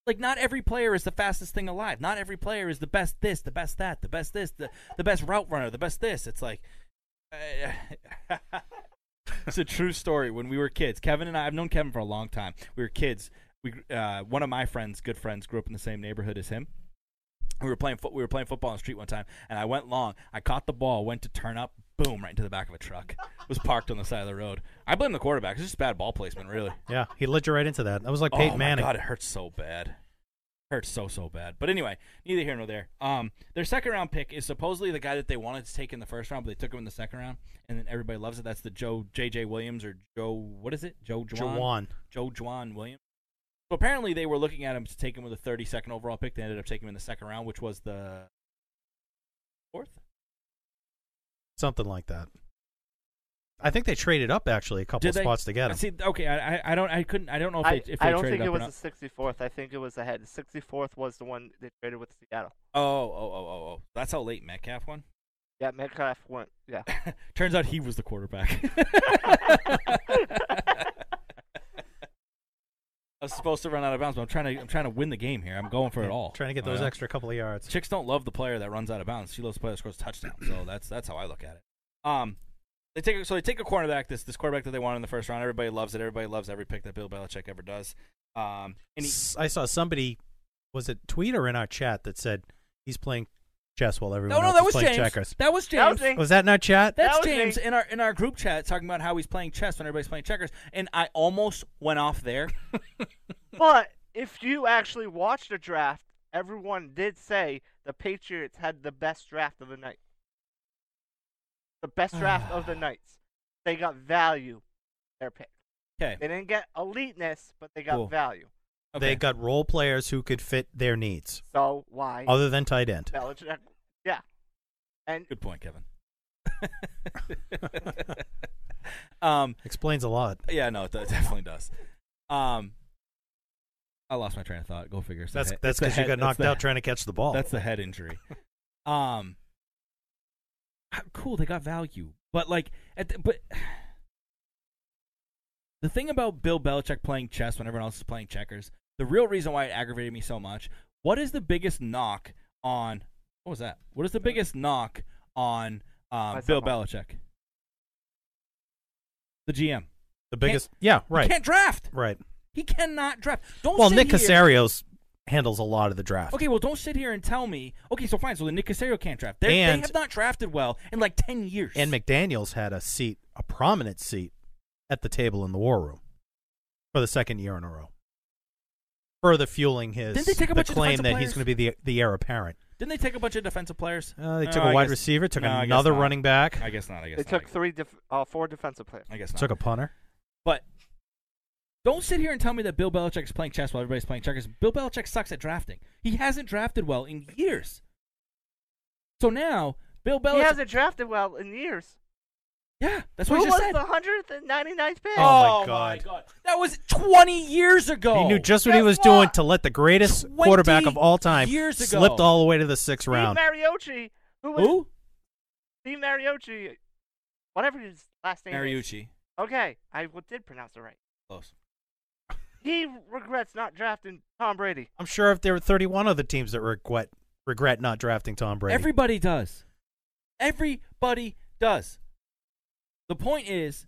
Speaker 4: Like not every player is the fastest thing alive. Not every player is the best this, the best that, the best this, the the best route runner, the best this. It's like uh, <laughs> it's a true story. When we were kids, Kevin and I, I've known Kevin for a long time. We were kids. We, gr- uh, one of my friends, good friends, grew up in the same neighborhood as him. We were playing foot. We were playing football on the street one time, and I went long. I caught the ball, went to turn up, boom, right into the back of a truck. It was parked on the side of the road. I blame the quarterback. It's just bad ball placement, really.
Speaker 5: Yeah, he led you right into that. That was like
Speaker 4: oh
Speaker 5: Peyton
Speaker 4: my
Speaker 5: Manning.
Speaker 4: god, it hurts so bad. Hurts so so bad. But anyway, neither here nor there. Um, their second round pick is supposedly the guy that they wanted to take in the first round, but they took him in the second round, and then everybody loves it. That's the Joe J.J. Williams or Joe what is it? Joe Juwan.
Speaker 5: Jawan.
Speaker 4: Joe Juwan Williams. So apparently they were looking at him to take him with a 32nd overall pick. They ended up taking him in the second round, which was the fourth.
Speaker 5: something like that. I think they traded up actually a couple
Speaker 4: Did
Speaker 5: of
Speaker 4: they-
Speaker 5: spots to get him.
Speaker 4: See, okay, I, I- I don't, I couldn't, I don't know if
Speaker 6: I,
Speaker 4: they, if they
Speaker 6: I don't
Speaker 4: traded
Speaker 6: think it
Speaker 4: up or
Speaker 6: was
Speaker 4: not.
Speaker 6: the 64th. I think it was ahead. The 64th was the one they traded with Seattle.
Speaker 4: Oh, oh, oh, oh, oh. That's how late Metcalf won. <laughs>
Speaker 6: Yeah, Metcalf went. Yeah.
Speaker 4: Turns out he was
Speaker 6: <laughs>
Speaker 4: the quarterback. I was supposed to run out of bounds, but I'm trying to I'm trying to win the game here. I'm going for it all. Oh,
Speaker 5: Trying to get those
Speaker 4: Yeah.
Speaker 5: extra couple of yards.
Speaker 4: Chicks don't love the player that runs out of bounds. She loves the player that scores a touchdown.
Speaker 5: <clears throat>
Speaker 4: So that's that's how I look at it. Um, they take so they take a cornerback. This this quarterback that they wanted in the first round. Everybody loves it. Everybody loves every pick that Bill Belichick ever does. Um, and he,
Speaker 5: S- I saw somebody was it tweet or in our chat that said he's playing chess while everyone
Speaker 4: no, no,
Speaker 5: else
Speaker 4: that
Speaker 5: is
Speaker 4: was
Speaker 5: playing
Speaker 4: James.
Speaker 5: checkers.
Speaker 4: That was James.
Speaker 6: That was James.
Speaker 5: Was that in our chat?
Speaker 4: That's
Speaker 6: That was
Speaker 4: James
Speaker 6: me.
Speaker 4: in our in our group chat talking about how he's playing chess when everybody's playing checkers, and I almost went off there.
Speaker 6: But if you actually watch the draft, everyone did say the Patriots had the best draft of the night. The best draft of
Speaker 4: <sighs>
Speaker 6: the nights. They got value. Their pick.
Speaker 4: okay,
Speaker 6: They didn't get eliteness, but they got
Speaker 4: Cool.
Speaker 6: value.
Speaker 4: okay.
Speaker 5: They got role players who could fit their needs
Speaker 6: So why
Speaker 5: other than tight end.
Speaker 6: Belichick? Yeah. And
Speaker 4: good point, Kevin. <laughs> um,
Speaker 5: Explains a lot.
Speaker 4: yeah, no, it does- definitely does. Um, I lost my train of thought. Go figure. It's the
Speaker 5: That's
Speaker 4: head-
Speaker 5: that's
Speaker 4: it's the
Speaker 5: because you
Speaker 4: head-
Speaker 5: got
Speaker 4: it's
Speaker 5: knocked
Speaker 4: the-
Speaker 5: out trying to catch the ball.
Speaker 4: That's the head injury. um, ah, cool. They got value, but like, at the, but <sighs> the thing about Bill Belichick playing chess when everyone else is playing checkers, the real reason why it aggravated me so much. What is the biggest knock on? What was that? What is the biggest knock on um,
Speaker 6: What's
Speaker 4: Bill
Speaker 6: that knock?
Speaker 4: Belichick? The GM.
Speaker 5: the biggest. Yeah,
Speaker 4: He
Speaker 5: right,
Speaker 4: can't draft.
Speaker 5: right.
Speaker 4: He cannot draft. Don't
Speaker 5: Well,
Speaker 4: sit
Speaker 5: Nick
Speaker 4: here-
Speaker 5: Casarios handles a lot of the draft.
Speaker 4: Okay, well, don't sit here and tell me. Okay, so fine. So the Nick Casario can't draft. They're, they
Speaker 5: And-
Speaker 4: have not drafted well in like ten years.
Speaker 5: And McDaniels had a seat, a prominent seat, at the table in the war room for the second year in a row, further fueling his
Speaker 4: Didn't they take a
Speaker 5: the
Speaker 4: bunch of
Speaker 5: claim
Speaker 4: defensive
Speaker 5: that he's
Speaker 4: players?
Speaker 5: going to be the the heir apparent.
Speaker 4: didn't they take a bunch of defensive players?
Speaker 5: Uh, they
Speaker 4: No,
Speaker 5: took
Speaker 4: I
Speaker 5: a wide
Speaker 4: guess-
Speaker 5: receiver, took
Speaker 4: no, I guess
Speaker 5: another
Speaker 4: not.
Speaker 5: running back,
Speaker 4: I guess not. I guess
Speaker 6: they
Speaker 4: not, I
Speaker 6: took
Speaker 4: guess-
Speaker 6: three, def- uh, four defensive players.
Speaker 4: I guess not.
Speaker 5: took a punter.
Speaker 4: but don't sit here and tell me that Bill Belichick is playing chess while everybody's playing checkers. Bill Belichick sucks at drafting. He hasn't drafted well in years. So now Bill Belichick.
Speaker 6: He hasn't drafted well in years.
Speaker 4: yeah, that's
Speaker 6: Who
Speaker 4: what I
Speaker 6: was
Speaker 4: just said.
Speaker 6: the 199th pick?
Speaker 5: Oh, my
Speaker 4: my
Speaker 5: God.
Speaker 4: That was 20 years ago.
Speaker 5: He knew just what he
Speaker 6: Guess
Speaker 5: was doing
Speaker 6: what?
Speaker 5: to let the greatest
Speaker 4: 20
Speaker 5: quarterback of all time
Speaker 4: years ago.
Speaker 5: slipped all the way to the sixth round.
Speaker 6: Steve Mariucci. Who was
Speaker 4: Who?
Speaker 6: Steve Mariucci? Whatever his last name is.
Speaker 4: Mariucci.
Speaker 6: Okay, I w- did pronounce it right.
Speaker 4: Close.
Speaker 6: He regrets not drafting Tom Brady.
Speaker 5: I'm sure if there were 31 other teams that regret regret not drafting Tom Brady,
Speaker 4: Everybody does. Everybody does. The point is,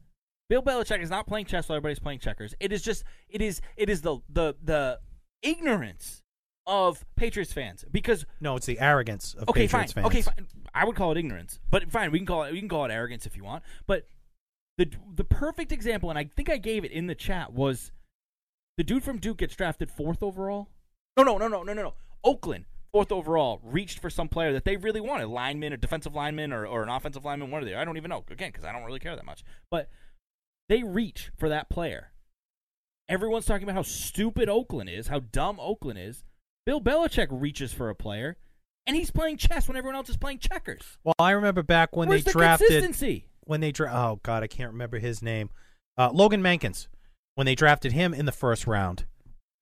Speaker 4: Bill Belichick is not playing chess while everybody's playing checkers. It is just it is it is the the the ignorance of Patriots fans because
Speaker 5: no, it's the arrogance of
Speaker 4: okay,
Speaker 5: Patriots
Speaker 4: fine.
Speaker 5: fans.
Speaker 4: Okay, fine. I would call it ignorance, but fine. We can call it we can call it arrogance if you want. But the the perfect example, and I think I gave it in the chat, was the dude from Duke gets drafted fourth overall. No, no, no, no, no, no, no. Oakland fourth overall reached for some player that they really wanted, lineman or defensive lineman or, or an offensive lineman, one of the I don't even know again because I don't really care that much. But they reach for that player. Everyone's talking about how stupid Oakland is, how dumb Oakland is. Bill Belichick reaches for a player and he's playing chess when everyone else is playing checkers.
Speaker 5: Well, I remember back when
Speaker 4: Where's
Speaker 5: they
Speaker 4: the
Speaker 5: drafted
Speaker 4: consistency?
Speaker 5: when they dra- oh god i can't remember his name uh, logan mankins when they drafted him in the first round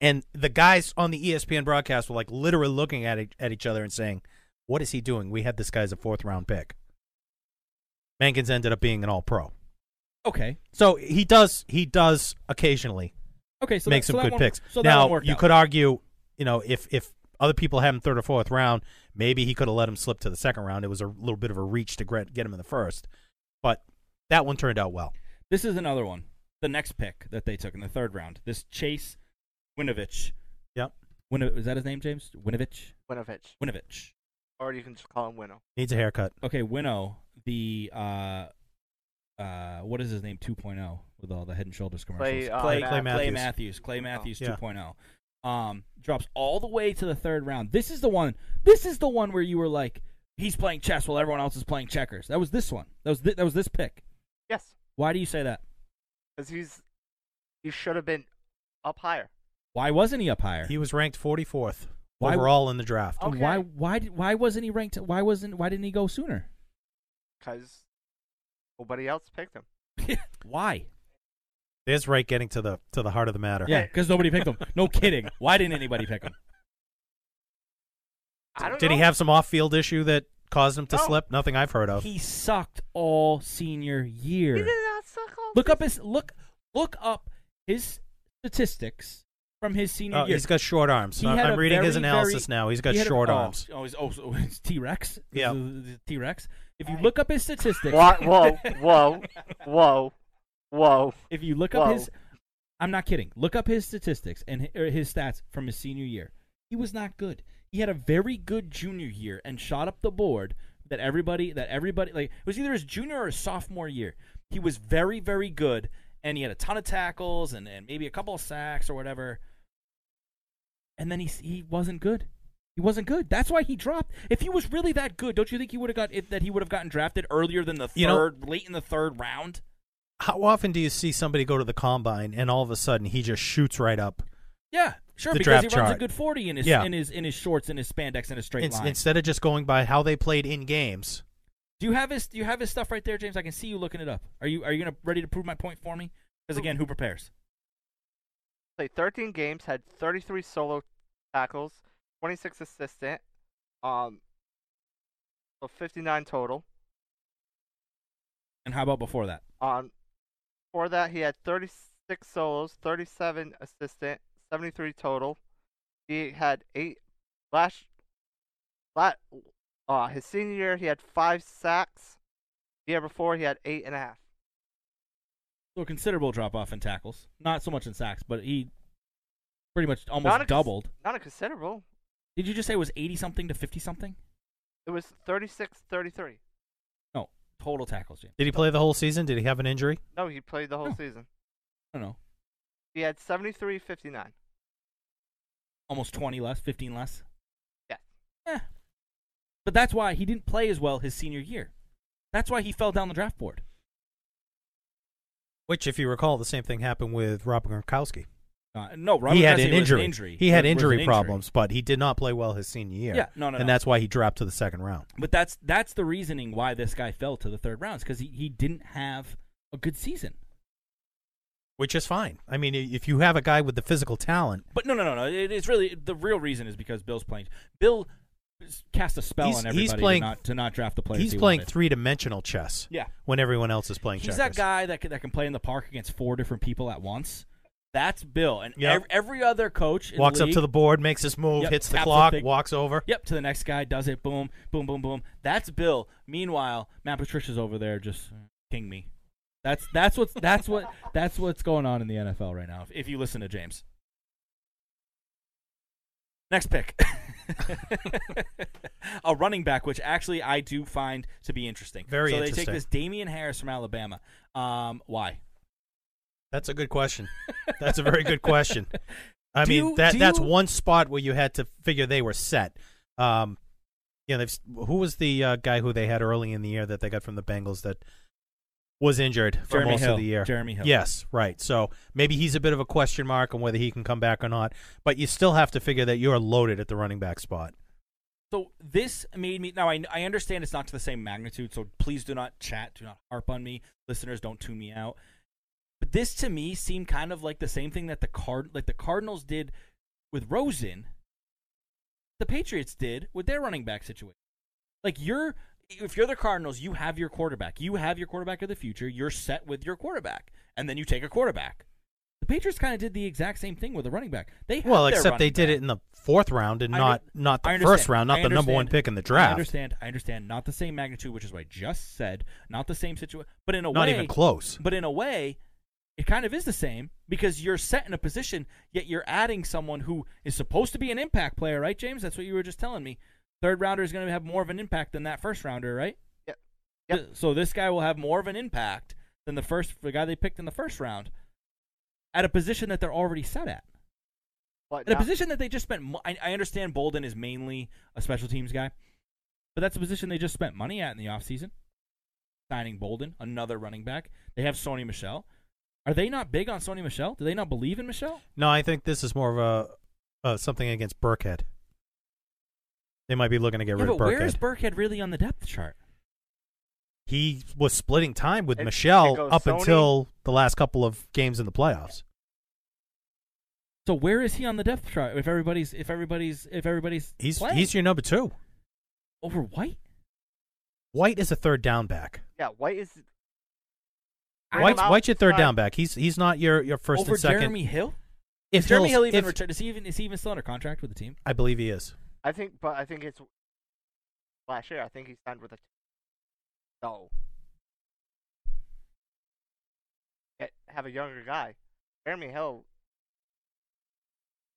Speaker 5: and the guys on the E espn broadcast were like literally looking at, each at each other and saying what is he doing we had this guy as a fourth round pick mankins ended up being an all pro
Speaker 4: Okay,
Speaker 5: so he does he does occasionally
Speaker 4: okay, so
Speaker 5: make
Speaker 4: that,
Speaker 5: some
Speaker 4: so that
Speaker 5: good
Speaker 4: one-
Speaker 5: picks
Speaker 4: So that
Speaker 5: now
Speaker 4: one worked
Speaker 5: you
Speaker 4: out.
Speaker 5: could argue you know if if other people had him third or fourth round maybe he could have let him slip to the second round it was a little bit of a reach to gre- get him in the first but that one turned out well
Speaker 4: This is another one. The next pick that they took in the third round. This Chase Winovich.
Speaker 5: Yep.
Speaker 4: Winov- was that his name, James? Winovich?
Speaker 6: Winovich.
Speaker 4: Winovich.
Speaker 6: Or you can just call him Winnow.
Speaker 5: Needs a haircut.
Speaker 4: Okay, Winnow, the, uh, uh, what is his name, 2.0, with all the head and shoulders commercials?
Speaker 6: Play, uh,
Speaker 5: Clay-
Speaker 6: Matt-
Speaker 5: Clay Matthews. Oh.
Speaker 4: Clay Matthews. Clay Matthews
Speaker 5: Yeah.
Speaker 4: 2.0. Um, drops all the way to the third round. This is the one. This is the one where you were like, he's playing chess while everyone else is playing checkers. That was this one. That was thi- that was this pick.
Speaker 6: Yes,
Speaker 4: Why do you say that?
Speaker 6: because he's he should have been up higher.
Speaker 4: Why wasn't he up higher?
Speaker 5: He was ranked 44th
Speaker 4: Why-
Speaker 5: overall in the draft.
Speaker 6: Oh. Okay.
Speaker 4: Why why did- why wasn't he ranked? Why wasn't why didn't he go sooner? <laughs>
Speaker 6: Because nobody else picked him.
Speaker 5: <laughs>
Speaker 4: why?
Speaker 5: There's right getting to the to the heart of the matter.
Speaker 4: Yeah, because nobody picked him. No kidding. Why didn't anybody pick him?
Speaker 6: I don't
Speaker 5: Did he
Speaker 6: know.
Speaker 5: have some off-field issue that caused him to
Speaker 6: No.
Speaker 5: slip? Nothing I've heard of.
Speaker 4: He sucked all senior
Speaker 6: He
Speaker 4: year.
Speaker 6: did not suck all
Speaker 4: Look up his look look up his statistics from his senior
Speaker 5: Oh,
Speaker 4: year.
Speaker 5: he's got short arms.
Speaker 4: He
Speaker 5: I'm,
Speaker 4: had
Speaker 5: I'm
Speaker 4: a
Speaker 5: reading his
Speaker 4: very,
Speaker 5: analysis
Speaker 4: very-
Speaker 5: now. He's got
Speaker 4: he had a-
Speaker 5: short
Speaker 4: oh,
Speaker 5: arms.
Speaker 4: Oh, he's, oh, so <laughs> it's T Rex.
Speaker 5: Yeah.
Speaker 4: T Rex. If you look up his statistics,
Speaker 6: Wha-
Speaker 4: <laughs>
Speaker 6: Whoa, whoa, whoa, whoa.
Speaker 4: if you look up
Speaker 6: Whoa.
Speaker 4: his, I'm not kidding. Look up his statistics and hi- or his stats from his senior year. He was not good. He had a very good junior year and shot up the board that everybody that everybody like it was either his junior or his sophomore year. He was very very good and he had a ton of tackles and, and maybe a couple of sacks or whatever. And then he s- he wasn't good. He wasn't good. That's why he dropped. If he was really that good, don't you think he would have got it, that he would have gotten drafted earlier than the third,
Speaker 5: You know-
Speaker 4: late in the third round?
Speaker 5: How often do you see somebody go to the combine and all of a sudden he just shoots right up
Speaker 4: Yeah, sure.
Speaker 5: the
Speaker 4: because
Speaker 5: draft
Speaker 4: he runs a
Speaker 5: chart.
Speaker 4: good forty in his
Speaker 5: Yeah.
Speaker 4: in his in his shorts and his spandex and his straight
Speaker 5: Ins-
Speaker 4: line.
Speaker 5: instead of just going by how they played in games?
Speaker 4: do you have his Do you have his stuff right there, James? I can see you looking it up. Are you Are you gonna ready to prove my point for me? Because again, who prepares?
Speaker 6: Played 13 games, had 33 solo tackles, 26 assistant, um, so 59 total.
Speaker 4: And how about before that?
Speaker 6: Um, before that, he had 36 solos, 37 assistant, 73 total. He had eight last. la uh, his senior year, he had five sacks. The year before, he had eight and a half.
Speaker 4: So a considerable drop off in tackles. Not so much in sacks, but he pretty much
Speaker 6: Not a
Speaker 4: almost
Speaker 6: cons-
Speaker 4: doubled.
Speaker 6: Not a considerable.
Speaker 4: Did you just say it was eighty something to fifty something?
Speaker 6: It was 36 33.
Speaker 4: No, total tackles, James.
Speaker 5: Did he play the whole season? Did he have an injury?
Speaker 6: No, he played the whole
Speaker 4: Oh.
Speaker 5: Hmm.
Speaker 6: season.
Speaker 4: I don't know,
Speaker 6: He had 73 59.
Speaker 4: almost twenty less, fifteen less.
Speaker 6: Yeah.
Speaker 4: Eh. But that's why he didn't play as well his senior year. That's why he fell down the draft board.
Speaker 5: Which, if you recall, the same thing happened with Rob Gronkowski.
Speaker 4: Uh, no, Robert
Speaker 5: he had
Speaker 4: Gressi
Speaker 5: an
Speaker 4: was
Speaker 5: injury.
Speaker 4: injury.
Speaker 5: He
Speaker 4: Was-
Speaker 5: had
Speaker 4: was an
Speaker 5: injury problems, but he did not play well his senior year.
Speaker 4: Yeah, no, no,
Speaker 5: and
Speaker 4: no.
Speaker 5: that's why he dropped to the second round.
Speaker 4: But that's that's the reasoning why this guy fell to the third rounds because he, he didn't have a good season.
Speaker 5: Which is fine. I mean, i- if you have a guy with the physical talent,
Speaker 4: But no, no, no, no. It, it's really the real reason is because Bill's playing. Bill s- cast a spell
Speaker 5: He's-
Speaker 4: on
Speaker 5: he's
Speaker 4: everybody
Speaker 5: playing-
Speaker 4: to, not, to not draft the players.
Speaker 5: he's
Speaker 4: he
Speaker 5: playing
Speaker 4: wanted.
Speaker 5: three-dimensional chess.
Speaker 4: Yeah.
Speaker 5: When everyone else is playing
Speaker 4: He's that
Speaker 5: checkers.
Speaker 4: guy that can, that can play in the park against four different people at once. That's Bill, and
Speaker 5: Yep.
Speaker 4: ev- every other coach in
Speaker 5: Walks
Speaker 4: the
Speaker 5: up to the board, makes his move,
Speaker 4: Yep,
Speaker 5: hits the
Speaker 4: taps the
Speaker 5: clock,
Speaker 4: thing.
Speaker 5: walks over.
Speaker 4: Yep, to the next guy, does it. Boom, boom, boom, boom. That's Bill. Meanwhile, Matt Patricia's over there just uh, king me. That's that's what's that's what that's what's going on in the NFL right now. If, if you listen to James. Next pick. <laughs> a running back, which actually I do find to be interesting.
Speaker 5: Very
Speaker 4: so they
Speaker 5: interesting.
Speaker 4: take this Damian Harris from Alabama. Um, why?
Speaker 5: That's a good question. That's a very good question.
Speaker 4: <laughs>
Speaker 5: I
Speaker 4: Do
Speaker 5: mean,
Speaker 4: you-
Speaker 5: that
Speaker 4: do
Speaker 5: that's
Speaker 4: you-
Speaker 5: one spot where you had to figure they were set. Um, yeah, they've, s- who was the uh, guy who they had early in the year that they got from the Bengals that was injured for
Speaker 4: Jeremy
Speaker 5: most
Speaker 4: Hill.
Speaker 5: of the year?
Speaker 4: Jeremy Hill.
Speaker 5: Yes, right. So maybe he's a bit of a question mark on whether he can come back or not. But you still have to figure that you're loaded at the running back spot.
Speaker 4: So this made me now I, I understand it's not to the same magnitude, so please do not chat, do not harp on me. Listeners, don't tune me out. But this to me seemed kind of like the same thing that the card like the Cardinals did with Rosen, the Patriots did with their running back situation. Like you're if you're the Cardinals, you have your quarterback. You have your quarterback of the future. You're set with your quarterback. And then you take a quarterback. The The Patriots kind of did the exact same thing with the running back. They had
Speaker 5: Well,
Speaker 4: their
Speaker 5: except they
Speaker 4: running
Speaker 5: did
Speaker 4: back.
Speaker 5: it in the fourth round and
Speaker 4: I
Speaker 5: not
Speaker 4: under-
Speaker 5: not
Speaker 4: I
Speaker 5: the
Speaker 4: understand.
Speaker 5: first round,
Speaker 4: I
Speaker 5: not the number one
Speaker 4: understand.
Speaker 5: pick in the
Speaker 4: I
Speaker 5: draft.
Speaker 4: understand. I understand. Not the same magnitude, which is what I just said. Not the same situation, but in a
Speaker 5: Not
Speaker 4: way,
Speaker 5: even close.
Speaker 4: But in a way, it kind of is the same because you're set in a position, yet you're adding someone who is supposed to be an impact player, right, James? That's what you were just telling me. Third rounder is going to have more of an impact than that first rounder, right?
Speaker 6: Yep. Yep.
Speaker 4: Th- So this guy will have more of an impact than the first the guy they picked in the first round at a position that they're already set at.
Speaker 6: But
Speaker 4: In a
Speaker 6: now-
Speaker 4: position that they just spent. mo- I, I understand Bolden is mainly a special teams guy, but that's a position they just spent money at in the offseason. Signing Bolden, another running back. They have Sony Michelle. Are they not big on Sony Michelle? Do they not believe in Michelle?
Speaker 5: No, I think this is more of a uh, something against Burkhead. They might be looking to get
Speaker 4: yeah,
Speaker 5: rid
Speaker 4: but
Speaker 5: of Burkhead.
Speaker 4: where is Burkhead really on the depth chart?
Speaker 5: he was splitting time with
Speaker 6: It- it
Speaker 5: Michelle
Speaker 6: goes
Speaker 5: up
Speaker 6: Sony-
Speaker 5: until the last couple of games in the playoffs.
Speaker 4: So where is he on the depth chart? If everybody's, if everybody's, if everybody's,
Speaker 5: He's
Speaker 4: playing?
Speaker 5: he's your number two.
Speaker 4: over White.
Speaker 5: White is a third down back.
Speaker 6: yeah, White is Bring
Speaker 5: White's,
Speaker 6: him out
Speaker 5: White's your third
Speaker 6: outside.
Speaker 5: down back. He's he's not your, your first
Speaker 4: Uh, over
Speaker 5: and second.
Speaker 4: Jeremy Hill.
Speaker 5: if
Speaker 4: is Jeremy
Speaker 5: Hill's-
Speaker 4: Hill even
Speaker 5: if-
Speaker 4: returned? Is he even is he even still under contract with the team?
Speaker 5: I believe he is.
Speaker 6: I think, but I think it's last year. I think he signed with a. So. Get, Eh, have a younger guy. Jeremy Hill.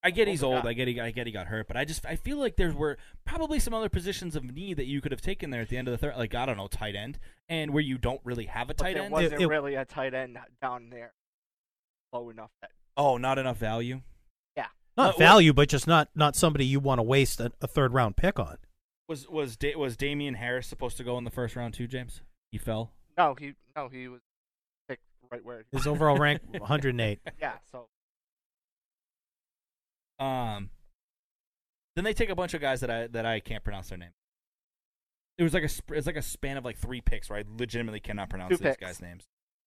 Speaker 4: I get he's
Speaker 6: Older
Speaker 4: old.
Speaker 6: guy.
Speaker 4: I get he. I get he got hurt. But I just I feel like there were probably some other positions of need that you could have taken there at the end of the third. Like I don't know, tight end, and where you don't really have a
Speaker 6: but
Speaker 4: tight
Speaker 6: there
Speaker 4: end.
Speaker 6: wasn't
Speaker 5: It- it-
Speaker 6: really a tight end down there low enough that.
Speaker 4: oh, not enough value.
Speaker 6: Yeah.
Speaker 5: Not
Speaker 4: Uh, well-
Speaker 5: value, but just not not somebody you want to waste a, a third round pick on.
Speaker 4: Was was da- was Damian Harris supposed to go in the first round too? James, he fell.
Speaker 6: No, he no he was picked right where.
Speaker 5: His
Speaker 4: <laughs>
Speaker 5: overall rank 108.
Speaker 6: Yeah, so
Speaker 4: Um. Then they take a bunch of guys that I that I can't pronounce their name. It was like a sp- it's like a span of like three picks where I legitimately cannot pronounce
Speaker 6: Two
Speaker 4: these
Speaker 6: picks.
Speaker 4: guys' names.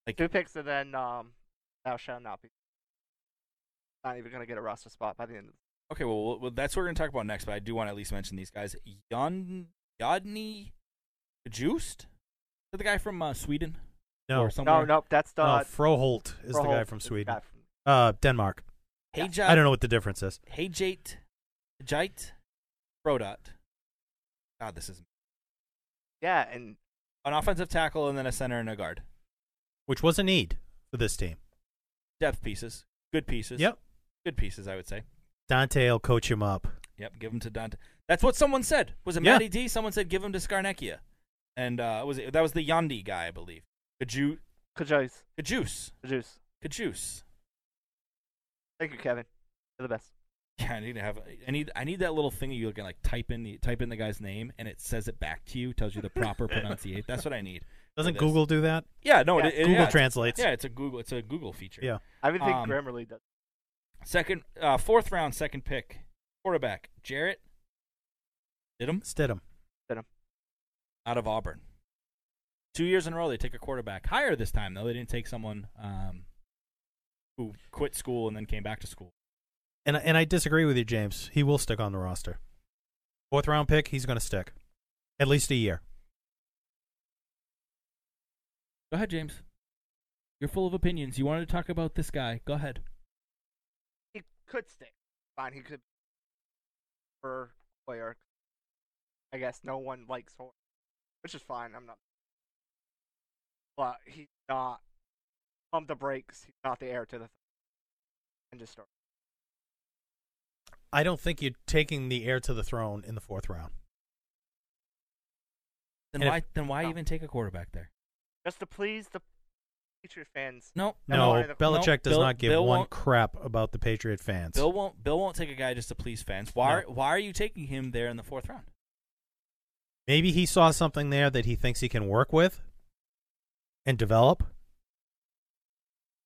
Speaker 4: Like
Speaker 6: two picks and then um, thou shalt not be. Not even gonna get a roster spot by the end. of
Speaker 4: Okay, well, well, well, that's what we're going to talk about next, but I do want to at least mention these guys. Jan, Jadni Juiced? Is that the guy from uh, Sweden?
Speaker 5: No,
Speaker 4: Or
Speaker 6: the...
Speaker 4: somewhere?
Speaker 6: No, no, that's the.
Speaker 5: no, Froholt Oh, is the guy
Speaker 6: Froholt
Speaker 5: from
Speaker 6: is the
Speaker 5: Sweden.
Speaker 6: guy from-
Speaker 5: Uh, Denmark.
Speaker 4: Hey,
Speaker 5: I don't know what the difference is.
Speaker 4: Hey, Jate. Jite. Brodot. God, this is
Speaker 6: Yeah, and
Speaker 4: an offensive tackle and then a center and a guard.
Speaker 5: Which was a need for this team.
Speaker 4: Depth pieces. Good pieces.
Speaker 5: Yep.
Speaker 4: Good pieces, I would say.
Speaker 5: Dante will coach him up.
Speaker 4: Yep, give him to Dante. That's what someone said. Was it
Speaker 5: Yeah.
Speaker 4: Matty D? Someone said give him to Skarnecchia. And uh, was it, that was the Yandi guy, I believe. Kaju,
Speaker 6: Kajus,
Speaker 4: Kajuice.
Speaker 6: Kajus.
Speaker 4: Kajuice.
Speaker 6: Thank you, Kevin. You're the best.
Speaker 4: Yeah, I need to have. I need. I need that little thing that you can like type in the type in the guy's name and it says it back to you, tells you the <laughs> proper pronunciation. That's what I need. for
Speaker 5: Doesn't
Speaker 4: this.
Speaker 5: Google do that?
Speaker 4: Yeah, no,
Speaker 6: Yeah.
Speaker 4: It, it,
Speaker 5: Google
Speaker 4: yeah, it's-
Speaker 5: translates.
Speaker 4: Yeah, it's a Google. It's a Google feature.
Speaker 5: Yeah.
Speaker 6: I would think
Speaker 4: Um,
Speaker 6: Grammarly does.
Speaker 4: Second, uh, fourth round, second pick, quarterback Jarrett Didum
Speaker 5: Stidham.
Speaker 4: out of Auburn. Two years in a row, they take a quarterback higher this time though. They didn't take someone um, who quit school and then came back to school.
Speaker 5: And and I disagree with you, James. He will stick on the roster. Fourth round pick, he's going to stick, at least a year.
Speaker 4: Go ahead, James. You're full of opinions. You wanted to talk about this guy. Go ahead.
Speaker 6: He could stay. Fine, he could for player. I guess no one likes Horn, which is fine. I'm not. But he's not. Pump the brakes. He's not the heir to the. And just start.
Speaker 5: I don't think you're taking the heir to the throne in the fourth round.
Speaker 4: Then
Speaker 5: And
Speaker 4: why
Speaker 5: if-
Speaker 4: then why
Speaker 6: No.
Speaker 4: even take a quarterback there?
Speaker 6: Just to please the Patriot fans.
Speaker 4: No,
Speaker 5: No,
Speaker 6: no,
Speaker 5: Belichick does
Speaker 4: Bill-
Speaker 5: not give
Speaker 4: Bill
Speaker 5: one
Speaker 4: won't-
Speaker 5: crap about the Patriot fans.
Speaker 4: Bill won't Bill won't take a guy just to please fans. Why are, why are you taking him there in the fourth round?
Speaker 5: Maybe he saw something there that he thinks he can work with and develop.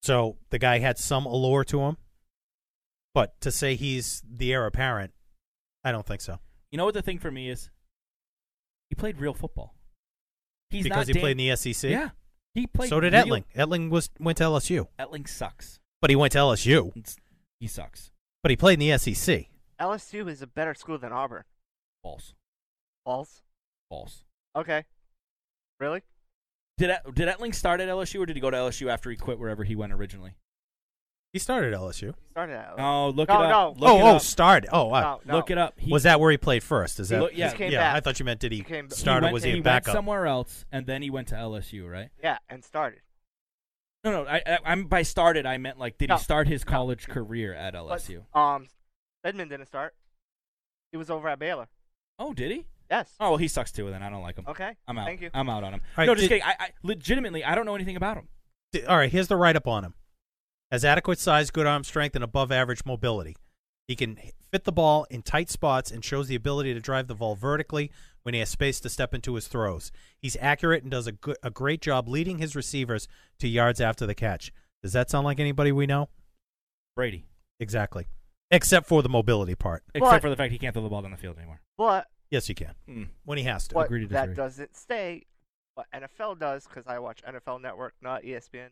Speaker 5: So the guy had some allure to him. But to say he's the heir apparent, I don't think so.
Speaker 4: You know what the thing for me is? He played real football. He's not
Speaker 5: because he
Speaker 4: Dan-
Speaker 5: played in the SEC.
Speaker 4: Yeah. He played
Speaker 5: so did
Speaker 4: real-
Speaker 5: Etling. Etling was went to LSU.
Speaker 4: Etling sucks.
Speaker 5: But he went to LSU.
Speaker 4: It's- he sucks.
Speaker 5: But he played in the E SEC.
Speaker 6: LSU is a better school than Auburn.
Speaker 4: False.
Speaker 6: False.
Speaker 4: False. E-
Speaker 6: Okay. Really?
Speaker 4: Did Et- did Etling start at LSU or did he go to LSU after he quit wherever he went originally?
Speaker 5: He started LSU.
Speaker 6: He started out.
Speaker 4: No, look
Speaker 6: No,
Speaker 4: it
Speaker 6: no.
Speaker 4: up. Look
Speaker 5: oh,
Speaker 4: it
Speaker 5: oh,
Speaker 4: up.
Speaker 5: started. Oh, wow.
Speaker 6: No,
Speaker 4: look
Speaker 6: no.
Speaker 4: it up. He,
Speaker 5: was that where he played first? Is that?
Speaker 4: Look, yeah.
Speaker 6: He came
Speaker 5: yeah,
Speaker 6: back.
Speaker 5: I thought you meant did he,
Speaker 6: He came- he
Speaker 5: start
Speaker 4: he
Speaker 5: or
Speaker 4: went,
Speaker 5: was he,
Speaker 4: he
Speaker 5: a
Speaker 4: went
Speaker 5: backup?
Speaker 4: somewhere else and then he went to LSU, right?
Speaker 6: Yeah, and started.
Speaker 4: No, no. I, I, I'm by started. I meant like, did
Speaker 6: No,
Speaker 4: he start his
Speaker 6: no.
Speaker 4: college career at
Speaker 6: But,
Speaker 4: LSU?
Speaker 6: um, Edmund didn't start. He was over at Baylor.
Speaker 4: oh, did he?
Speaker 6: Yes.
Speaker 4: Oh, well, he sucks too. Then I don't like him.
Speaker 6: Okay.
Speaker 4: I'm out.
Speaker 6: Thank you.
Speaker 4: I'm out on him.
Speaker 5: right,
Speaker 4: no, just
Speaker 5: did-
Speaker 4: kidding. I, I legitimately I don't know anything about him.
Speaker 5: D- All right, here's the write up on him. Has adequate size, good arm strength, and above average mobility. He can h- fit the ball in tight spots and shows the ability to drive the ball vertically when he has space to step into his throws. He's accurate and does a, good, a great job leading his receivers to yards after the catch. Does that sound like anybody we know?
Speaker 4: Brady,
Speaker 5: Exactly. Except for the mobility part.
Speaker 4: except
Speaker 6: But-
Speaker 4: for the fact he can't throw the ball down the field anymore.
Speaker 6: But
Speaker 5: Yes, you can.
Speaker 4: Hmm.
Speaker 5: When he has to.
Speaker 6: what
Speaker 4: agree to
Speaker 6: that
Speaker 4: disagree.
Speaker 6: doesn't stay, what NFL does, because I watch NFL Network, not E ESPN.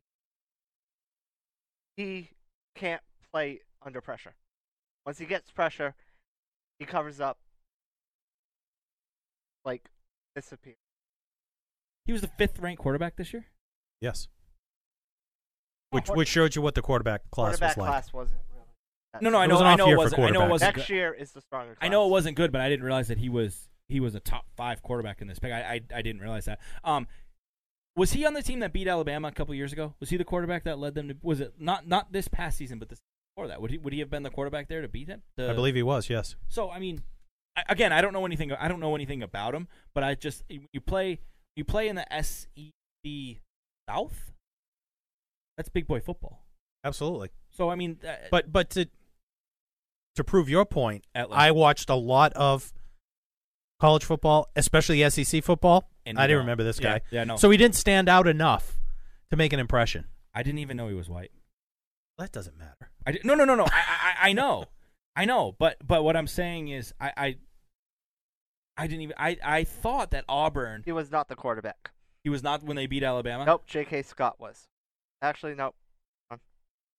Speaker 6: He can't play under pressure. Once he gets pressure, he covers up, like disappears.
Speaker 4: He was the fifth ranked quarterback this year.
Speaker 5: Yes. Which, which showed you what the quarterback class
Speaker 6: Quarterback
Speaker 5: was like.
Speaker 6: class wasn't really. that
Speaker 4: No, no, I
Speaker 5: It
Speaker 4: know,
Speaker 5: was an
Speaker 4: I
Speaker 5: off
Speaker 4: know
Speaker 5: year
Speaker 4: it
Speaker 5: for
Speaker 4: wasn't. I know it
Speaker 5: quarterbacks.
Speaker 4: wasn't.
Speaker 6: Next
Speaker 4: good.
Speaker 6: year is the stronger. Class.
Speaker 4: I know it wasn't good, but I didn't realize that he was he was a top five quarterback in this pick. I I, I didn't realize that. Um, was he on the team that beat Alabama a couple years ago? Was he the quarterback that led them to? Was it not not this past season, but this before that? Would he would he have been the quarterback there to beat them? The-
Speaker 5: I believe he was, yes.
Speaker 4: So I mean, I, again, I don't know anything. I don't know anything about him, but I just you you play you play in the SEC South. That's big boy football.
Speaker 5: Absolutely.
Speaker 4: So I mean, uh,
Speaker 5: But but to to prove your point,
Speaker 4: At least.
Speaker 5: I watched a lot of college football, especially SEC football.
Speaker 4: And
Speaker 5: I
Speaker 4: you
Speaker 5: didn't
Speaker 4: don't.
Speaker 5: remember this
Speaker 4: Yeah,
Speaker 5: guy.
Speaker 4: yeah, no.
Speaker 5: So he didn't stand out enough to make an impression.
Speaker 4: I didn't even know he was white.
Speaker 5: That doesn't matter.
Speaker 4: I did, no no no no. I, I I- I know, I know. But but what I'm saying is I I, I didn't even I, I thought that Auburn
Speaker 6: He was not the quarterback.
Speaker 4: he was not when they beat Alabama.
Speaker 6: Nope, J.K. Scott was. Actually, nope. Huh.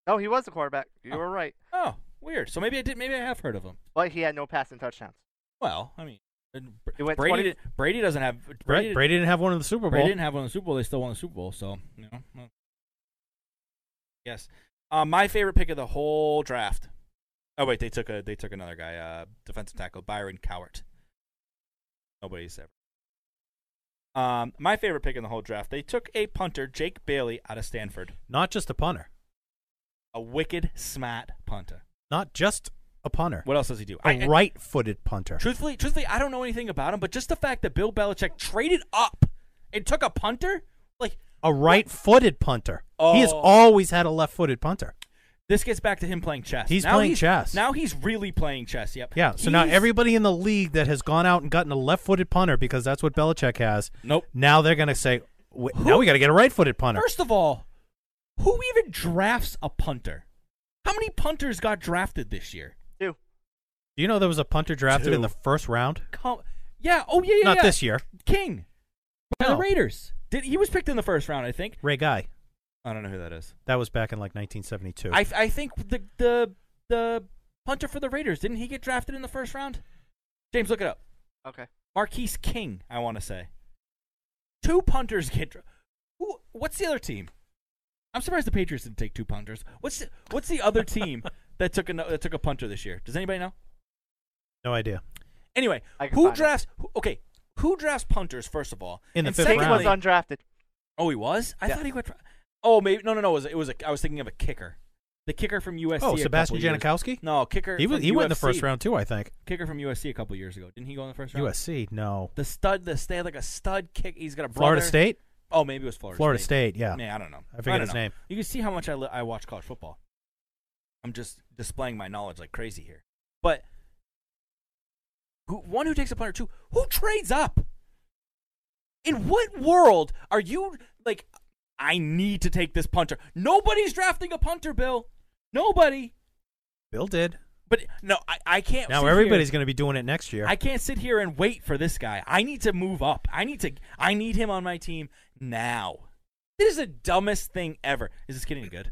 Speaker 6: No, he was the quarterback. You
Speaker 4: Oh.
Speaker 6: were right.
Speaker 4: Oh weird. So maybe I did. Maybe I have heard of him.
Speaker 6: But he had no passing touchdowns.
Speaker 4: Well, I mean, and Br-
Speaker 6: He went
Speaker 4: Brady
Speaker 6: 20
Speaker 4: did, Brady doesn't have Brady,
Speaker 5: Brady, Brady didn't have one in the Super
Speaker 4: Brady
Speaker 5: Bowl.
Speaker 4: didn't have one in the Super Bowl. They still won the Super Bowl. So you know. well. Yes. Uh, my favorite pick of the whole draft. Oh wait, they took a they took another guy, uh, defensive tackle Byron Cowart. Nobody's ever. Um, my favorite pick in the whole draft. They took a punter, Jake Bailey, out of Stanford,
Speaker 5: Not just a punter.
Speaker 4: a wicked smart punter.
Speaker 5: Not just a punter.
Speaker 4: What else does he do?
Speaker 5: A
Speaker 4: I- I-
Speaker 5: right-footed punter.
Speaker 4: Truthfully, truthfully, I don't know anything about him, but just the fact that Bill Belichick traded up and took a punter, like
Speaker 5: A right-footed punter. He has
Speaker 4: Oh.
Speaker 5: always had a left-footed punter.
Speaker 4: this gets back to him playing chess.
Speaker 5: He's playing chess.
Speaker 4: Now he's really playing chess. Yep.
Speaker 5: Yeah. So now
Speaker 4: He's-
Speaker 5: everybody in the league that has gone out and gotten a left-footed punter because that's what Belichick has.
Speaker 4: Nope.
Speaker 5: Now they're going to say, "Wait, now we got to get a right-footed punter.
Speaker 4: First of all, who even drafts a punter? How many punters got drafted this year?
Speaker 6: Two.
Speaker 5: Do you know there was a punter drafted in
Speaker 4: Two.
Speaker 5: the first round?
Speaker 4: Come, yeah. Oh yeah. yeah
Speaker 5: Not
Speaker 4: yeah.
Speaker 5: this year.
Speaker 4: King. By
Speaker 5: No.
Speaker 4: The Raiders. Did he was picked in the first round? I think.
Speaker 5: Ray Guy.
Speaker 4: I don't know who that is.
Speaker 5: That was back in like 1972.
Speaker 4: I I think the the the punter for the Raiders didn't he get drafted in the first round? James, look it up.
Speaker 6: Okay.
Speaker 4: Marquise King, I want to say. Two punters get. dra- Who? What's the other team? I'm surprised the Patriots didn't take two punters. What's the, what's the other
Speaker 5: <laughs>
Speaker 4: team that took a that took a punter this year? Does anybody know?
Speaker 5: no idea.
Speaker 4: Anyway,
Speaker 6: I can
Speaker 4: who
Speaker 6: find it.
Speaker 4: drafts? Who, okay, who drafts punters first of all?
Speaker 5: In the
Speaker 4: And
Speaker 5: fifth
Speaker 6: King
Speaker 4: secondly-
Speaker 5: round.
Speaker 6: was undrafted.
Speaker 4: Oh, he was. I
Speaker 6: Yeah.
Speaker 4: thought he went. dra- Oh, maybe no, no, no. It was it was a, I was thinking of a kicker, the kicker from USC.
Speaker 5: Oh,
Speaker 4: a
Speaker 5: Sebastian
Speaker 4: couple years-
Speaker 5: Janikowski?
Speaker 4: No, kicker.
Speaker 5: He was,
Speaker 4: from
Speaker 5: he went in the
Speaker 4: UFC.
Speaker 5: first round too, I think.
Speaker 4: Kicker from USC a couple years ago. Didn't he go in the first round?
Speaker 5: USC, no.
Speaker 4: The stud. The stay like a stud kick. He's got a brother.
Speaker 5: Florida State?
Speaker 4: Oh, maybe it was Florida.
Speaker 5: Florida
Speaker 4: State.
Speaker 5: State, yeah.
Speaker 4: Man, I don't know.
Speaker 5: I forget
Speaker 4: don't
Speaker 5: his
Speaker 4: know.
Speaker 5: name.
Speaker 4: You can see how much I li- I watch college football. I'm just displaying my knowledge like crazy here. But who, one who takes a punter, two who trades up. In what world are you like? I need to take this punter. Nobody's drafting a punter, Bill. Nobody.
Speaker 5: Bill did.
Speaker 4: But no, I, I can't.
Speaker 5: Now
Speaker 4: sit
Speaker 5: everybody's
Speaker 4: here.
Speaker 5: going to be doing it next year.
Speaker 4: I can't sit here and wait for this guy. I need to move up. I need to. I need him on my team now. This is the dumbest thing ever. Is this kid any good?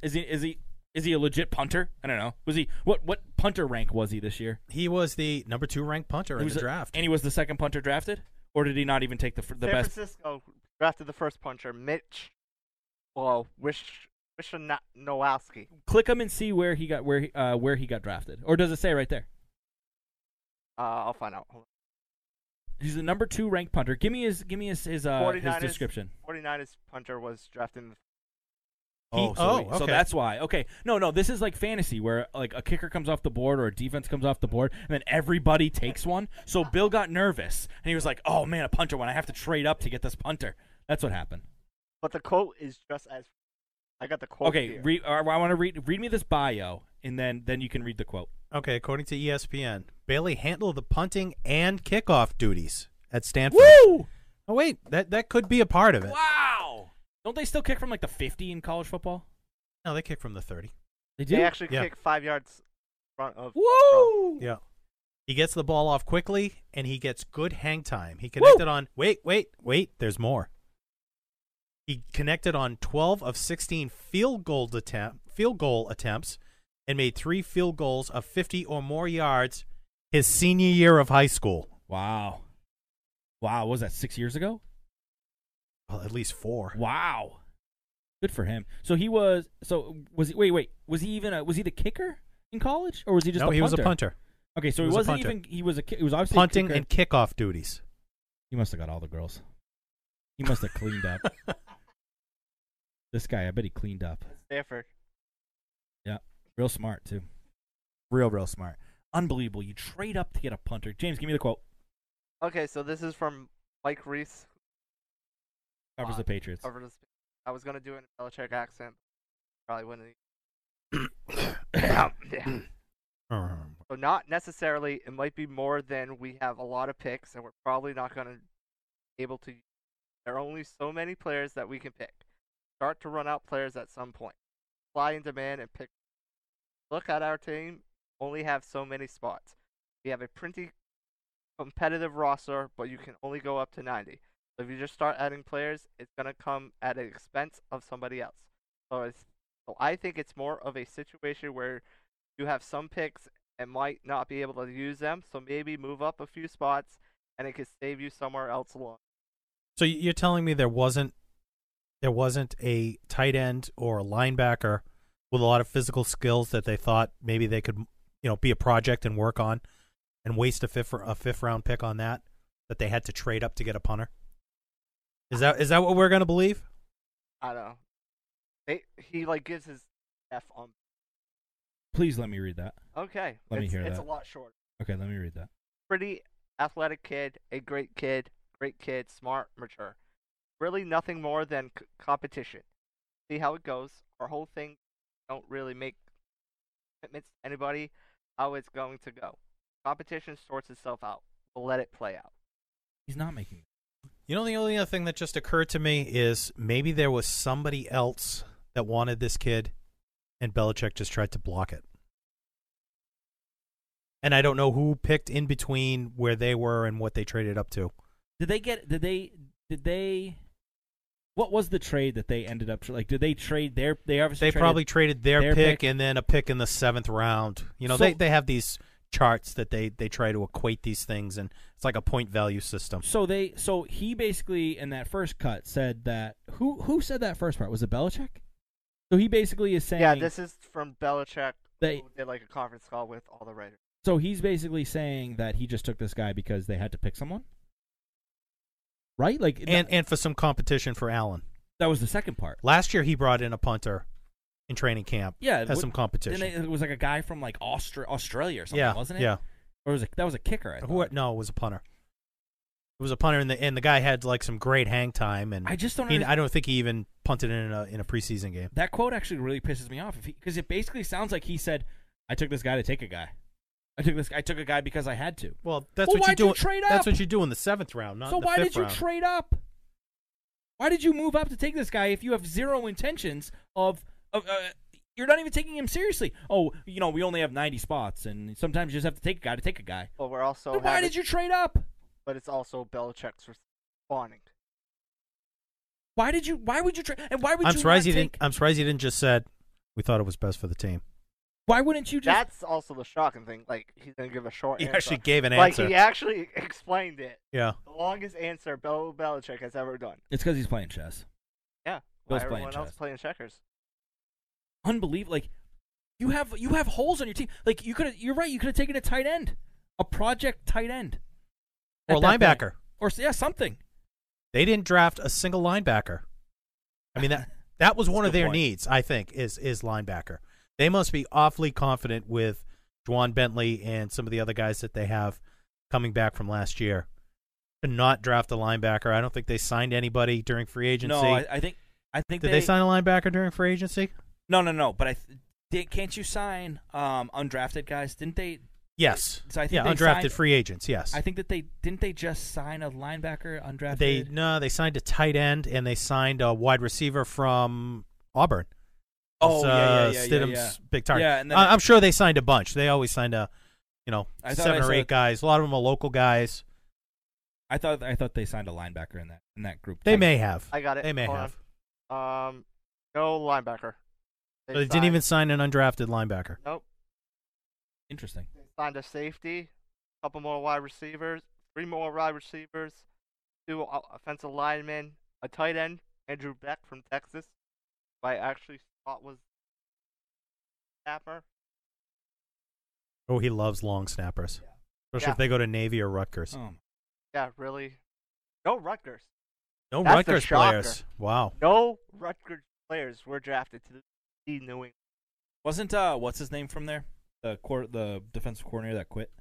Speaker 4: Is he? Is he? Is he a legit punter? I don't know. Was he? What? What punter rank was he this year?
Speaker 5: he was the number two ranked punter
Speaker 4: He
Speaker 5: in
Speaker 4: was
Speaker 5: the
Speaker 4: a-
Speaker 5: draft.
Speaker 4: and he was the second punter drafted, or did he not even take the fir- the
Speaker 6: San
Speaker 4: best?
Speaker 6: Francisco drafted the first puncher, Mitch. Well, Wish Christian no- Nowalski.
Speaker 4: Click him and see where he got where he, uh, where he got drafted, or does it say right there?
Speaker 6: Uh, I'll find out. Hold
Speaker 4: He's the number two ranked punter. Give me his give me his his, uh,
Speaker 6: on.
Speaker 4: his
Speaker 6: 49ers
Speaker 4: description.
Speaker 6: 49ers punter was drafted in the
Speaker 4: He-
Speaker 5: Oh,
Speaker 4: so,
Speaker 5: oh,
Speaker 4: so
Speaker 5: okay.
Speaker 4: that's why. Okay, no, no, this is like fantasy where like a kicker comes off the board or a defense comes off the board, and then everybody takes one. So Bill got nervous and he was like, "Oh man, a punter one! I have to trade up to get this punter." That's what happened.
Speaker 6: But the quote is just as. I got the quote.
Speaker 4: okay,
Speaker 6: here.
Speaker 4: re- uh, I want to read read me this bio, and then then you can read the quote.
Speaker 5: Okay, according to E ESPN, Bailey handled the punting and kickoff duties at Stanford.
Speaker 4: Woo!
Speaker 5: Oh wait, that that could be a part of it.
Speaker 4: Wow! Don't they still kick from like the fifty in college football?
Speaker 5: No, they kick from the thirty.
Speaker 4: They do.
Speaker 6: they actually
Speaker 5: Yeah.
Speaker 6: kick five yards front of.
Speaker 4: Woo!
Speaker 5: Yeah. He gets the ball off quickly and he gets good hang time. He connected on wait, wait, wait, there's more. He connected on 12 of 16 field goal attempt, field goal attempts and made 3 field goals of 50 or more yards his senior year of high school.
Speaker 4: Wow! Wow! What was that six years ago?
Speaker 5: Well, at least 4.
Speaker 4: Wow. Good for him. So he was. So was he? Wait, wait. Was he even? A, was he the kicker in college, or was he just?
Speaker 5: no,
Speaker 4: a
Speaker 5: he was a
Speaker 4: punter?
Speaker 5: punter.
Speaker 4: Okay, so
Speaker 5: He
Speaker 4: he,
Speaker 5: was a
Speaker 4: wasn't
Speaker 5: punter.
Speaker 4: even. He was a. ki- He was obviously a
Speaker 5: Punting
Speaker 4: kicker.
Speaker 5: and kickoff duties.
Speaker 4: He must have got all the girls. He must have cleaned <laughs> up. This guy, I bet he cleaned up.
Speaker 6: Stanford.
Speaker 4: Yeah, real smart too. Real, real smart. Unbelievable. You trade up to get a punter. James, give me the quote.
Speaker 6: Okay, so this is from Mike Reese.
Speaker 4: Covers the Patriots.
Speaker 6: Over the, I was gonna do it in a Belichick accent. Probably wouldn't. <coughs>
Speaker 4: <coughs>
Speaker 6: yeah.
Speaker 5: Um,
Speaker 6: So not necessarily. It might be more than we have a lot of picks, and we're probably not going to be able to. There are only so many players that we can pick. Start to run out players at some point. Fly in demand and pick. Look at our team. Only have so many spots. We have a pretty competitive roster, but you can only go up to 90. So if you just start adding players, it's going to come at the expense of somebody else. So, it's, so I think it's more of a situation where you have some picks and might not be able to use them. So maybe move up a few spots, and it could save you somewhere else along.
Speaker 5: So y- you're telling me there wasn't there wasn't a tight end or a linebacker with a lot of physical skills that they thought maybe they could you know be a project and work on and waste a fifth a fifth round pick on that that they had to trade up to get a punter. Is that is that what we're going to believe?
Speaker 6: I don't know. They, he like gives his f on.
Speaker 4: Please let me read that.
Speaker 6: Okay,
Speaker 4: Let me
Speaker 6: it's,
Speaker 4: hear
Speaker 6: it's
Speaker 4: that.
Speaker 6: a lot shorter.
Speaker 4: Okay, let me read that.
Speaker 6: Pretty athletic kid, a great kid, great kid, smart, mature. Really, nothing more than c- competition. See how it goes. Our whole thing don't really make commitments to anybody. How it's going to go. Competition sorts itself out. We'll let it play out.
Speaker 4: He's not making it.
Speaker 5: You know the only other thing that just occurred to me is maybe there was somebody else that wanted this kid and Belichick just tried to block it. And I don't know who picked in between where they were and what they traded up to.
Speaker 4: Did they get? Did they? Did they? What was the trade that they ended up like? Did they trade their? They obviously
Speaker 5: They
Speaker 4: traded-
Speaker 5: probably traded their,
Speaker 4: their
Speaker 5: pick,
Speaker 4: pick.
Speaker 5: and then a pick in the seventh round. You know,
Speaker 4: So-
Speaker 5: they, they have these charts that they, they try to equate these things, and it's like a point value system.
Speaker 4: So they. So he basically in that first cut said that who who said that first part was it Belichick? So he basically is saying
Speaker 6: Yeah, this is from Belichick.
Speaker 4: They-
Speaker 6: who did like a conference call with all the writers.
Speaker 4: So he's basically saying that he just took this guy because they had to pick someone, right? Like
Speaker 5: And, and for some competition for Allen.
Speaker 4: that was the second part.
Speaker 5: Last year, he brought in a punter in training camp.
Speaker 4: Yeah,
Speaker 5: Has
Speaker 4: what-
Speaker 5: some competition.
Speaker 4: And it was like a guy from like Austra- Australia or something,
Speaker 5: yeah,
Speaker 4: wasn't it?
Speaker 5: Yeah.
Speaker 4: Or was it, that was a kicker? I,
Speaker 5: Who,
Speaker 4: thought.
Speaker 5: no, it was a punter. It was a punter, and the and the guy had like some great hang time, and
Speaker 4: I just don't.
Speaker 5: he,
Speaker 4: under-
Speaker 5: I don't think he even punted in a in a preseason game.
Speaker 4: that quote actually really pisses me off because it basically sounds like he said, "I took this guy to take a guy. I took this. I took a guy because I had to."
Speaker 5: Well, that's
Speaker 4: Well,
Speaker 5: what you
Speaker 4: why'd
Speaker 5: do.
Speaker 4: you trade
Speaker 5: That's
Speaker 4: up?
Speaker 5: what you do in the seventh round, not
Speaker 4: so
Speaker 5: in the
Speaker 4: why
Speaker 5: fifth
Speaker 4: did you
Speaker 5: round.
Speaker 4: trade up? Why did you move up to take this guy if you have zero intentions of? of uh, you're not even taking him seriously. Oh, you know, we only have 90 spots, and sometimes you just have to take a guy to take a guy.
Speaker 6: But we're also.
Speaker 4: then why
Speaker 6: having-
Speaker 4: did you trade up?
Speaker 6: But it's also Belichick's responding.
Speaker 4: Why did you? Why would you trade? And why would
Speaker 5: I'm
Speaker 4: you?
Speaker 5: surprised
Speaker 4: not
Speaker 5: he didn't. uh,
Speaker 4: take-
Speaker 5: I'm surprised he didn't just said we thought it was best for the team.
Speaker 4: why wouldn't you just?
Speaker 6: That's also the shocking thing. Like he's gonna give a short.
Speaker 5: He
Speaker 6: answer.
Speaker 5: actually gave an
Speaker 6: like,
Speaker 5: answer.
Speaker 6: he actually <laughs> explained it.
Speaker 5: Yeah,
Speaker 6: The longest answer Bill Belichick has ever done.
Speaker 4: It's because he's playing chess.
Speaker 6: Yeah.
Speaker 4: Bill's
Speaker 6: Why
Speaker 4: playing
Speaker 6: everyone else
Speaker 4: chess.
Speaker 6: playing checkers.
Speaker 4: unbelievable. Like you have you have holes on your team. Like you could have you're right. You could have taken a tight end, a project tight end,
Speaker 5: Or
Speaker 4: at that point.
Speaker 5: linebacker.
Speaker 4: or s- yeah something.
Speaker 5: They didn't draft a single linebacker. I mean that that was
Speaker 4: That's a
Speaker 5: one of
Speaker 4: good
Speaker 5: their
Speaker 4: point.
Speaker 5: needs, I think, is is linebacker. They must be awfully confident with Juwan Bentley and some of the other guys that they have coming back from last year to not draft a linebacker. I don't think they signed anybody during free agency.
Speaker 4: <laughs> No, I, I think I think
Speaker 5: Did they, sign a linebacker during free agency?
Speaker 4: No, no, no. But I th- they, can't you sign um, undrafted guys? Didn't they?
Speaker 5: Yes.
Speaker 4: So I think
Speaker 5: yeah,
Speaker 4: they
Speaker 5: undrafted
Speaker 4: signed-
Speaker 5: free agents. Yes.
Speaker 4: I think that they didn't they just sign a linebacker undrafted.
Speaker 5: they no, they signed a tight end and they signed a wide receiver from Auburn.
Speaker 4: oh
Speaker 5: It's,
Speaker 4: yeah,
Speaker 5: uh,
Speaker 4: yeah, yeah, yeah,
Speaker 5: Stidham's
Speaker 4: yeah.
Speaker 5: big target.
Speaker 4: Yeah, and then
Speaker 5: I, am sure they signed a bunch. They always signed a, you know,
Speaker 4: I thought
Speaker 5: seven
Speaker 4: I
Speaker 5: or
Speaker 4: saw-
Speaker 5: eight guys. A lot of them are local guys.
Speaker 4: I thought I thought they signed a linebacker in that in that group.
Speaker 5: They
Speaker 4: too.
Speaker 5: may have.
Speaker 6: I got it.
Speaker 5: They may
Speaker 6: Hold
Speaker 5: have.
Speaker 6: Um, no linebacker.
Speaker 5: They, didn't even sign an undrafted linebacker.
Speaker 6: Nope.
Speaker 4: interesting.
Speaker 6: They signed a safety, couple more wide receivers, three more wide receivers, two o- offensive linemen, a tight end, Andrew Beck from Texas, who I actually thought was snapper.
Speaker 5: Oh, he loves long snappers, especially
Speaker 6: Yeah.
Speaker 5: if they go to Navy or Rutgers.
Speaker 4: Um,
Speaker 6: Yeah, really. No Rutgers.
Speaker 5: No
Speaker 6: That's a
Speaker 5: Rutgers
Speaker 6: shocker.
Speaker 5: players. Wow.
Speaker 6: No Rutgers players were drafted to the New England.
Speaker 4: wasn't uh what's his name from there? The cor- the defensive coordinator that quit.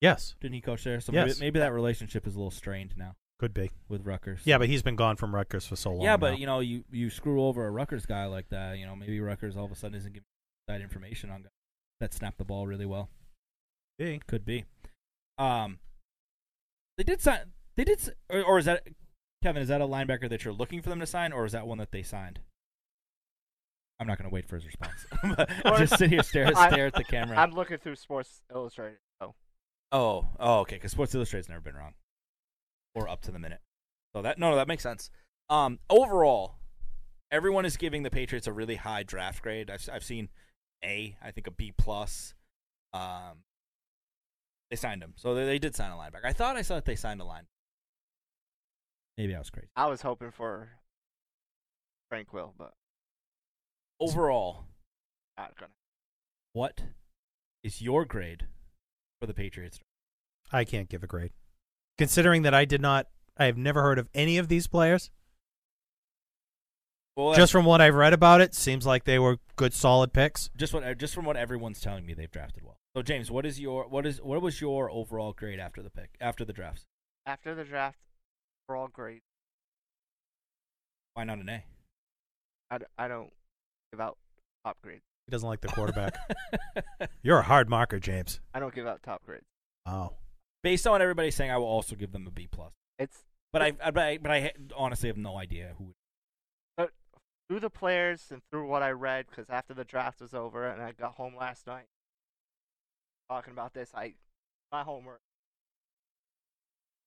Speaker 5: Yes,
Speaker 4: Didn't he coach there? So
Speaker 5: Yes.
Speaker 4: maybe, maybe that relationship is a little strained now
Speaker 5: could be.
Speaker 4: with Rutgers.
Speaker 5: Yeah, but he's been gone from Rutgers for so long.
Speaker 4: yeah, but
Speaker 5: now.
Speaker 4: you know, you you screw over a Rutgers guy like that, you know, maybe Rutgers all of a sudden isn't giving that information on guys that snap the ball really well.
Speaker 5: Be.
Speaker 4: Could be. Um, they did sign. They did, s- or, or is that Kevin? Is that a linebacker that you're looking for them to sign, or is that one that they signed? I'm not going to wait for his response. <laughs> I'll just sit <laughs> here stare
Speaker 6: I-
Speaker 4: stare at the camera.
Speaker 6: I'm looking through Sports Illustrated. So
Speaker 4: Oh, oh, okay. Because Sports Illustrated's never been wrong, or up to the minute. So that no, no, that makes sense. Um, overall, everyone is giving the Patriots a really high draft grade. I've I've seen A, I think a B plus. Um, they signed him, so they, they did sign a linebacker. I thought I saw that they signed a line. Maybe I was crazy.
Speaker 6: I was hoping for Tranquil, but
Speaker 4: Overall,
Speaker 6: not gonna.
Speaker 4: what is your grade for the Patriots?
Speaker 5: I can't give a grade, considering that I did not. I have never heard of any of these players.
Speaker 4: Well,
Speaker 5: Just from what I've read about it, seems like they were good, solid picks.
Speaker 4: just what just from what everyone's telling me they've drafted well. So James, what is your what is what was your overall grade after the pick after the drafts?
Speaker 6: After the draft, we're all great.
Speaker 4: Why not an A?
Speaker 6: I, d- I don't give out top grades.
Speaker 5: He doesn't like the quarterback. You're a hard marker, James. Oh.
Speaker 6: I don't give out top grades.
Speaker 5: Wow.
Speaker 4: <laughs> Based on what everybody's saying, I will also give them a B plus.
Speaker 6: It's
Speaker 4: But I, I but I but I ha- honestly have no idea who.
Speaker 6: but through the players and through what I read, because after the draft was over and I got home last night talking about this, I my homework.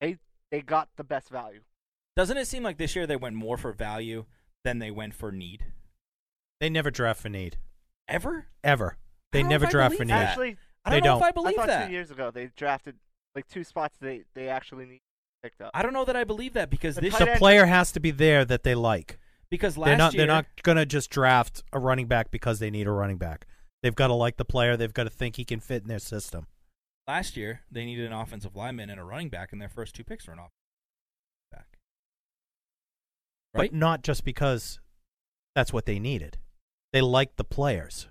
Speaker 6: They they got the best value.
Speaker 4: Doesn't it seem like this year they went more for value than they went for need?
Speaker 5: They never draft for need.
Speaker 4: Ever? I
Speaker 5: Ever. They
Speaker 4: don't
Speaker 5: never
Speaker 4: know if I
Speaker 5: draft
Speaker 4: believe
Speaker 5: for need.
Speaker 4: that.
Speaker 6: Actually,
Speaker 4: I
Speaker 5: They
Speaker 4: don't know
Speaker 5: don't.
Speaker 4: if I
Speaker 6: I
Speaker 4: believe
Speaker 6: thought
Speaker 4: that.
Speaker 6: two years ago they drafted like two spots they they actually need picked up.
Speaker 4: I don't know that I believe that because
Speaker 6: The
Speaker 4: this
Speaker 6: tight
Speaker 5: The
Speaker 6: end-
Speaker 5: player has to be there that they like.
Speaker 4: because last
Speaker 5: They're not
Speaker 4: year
Speaker 5: they're not going to just draft a running back because they need a running back. They've got to like the player, they've got to think he can fit in their system.
Speaker 4: last year they needed an offensive lineman and a running back, and their first two picks were an offensive back. Right?
Speaker 5: But not just because that's what they needed. They liked the players.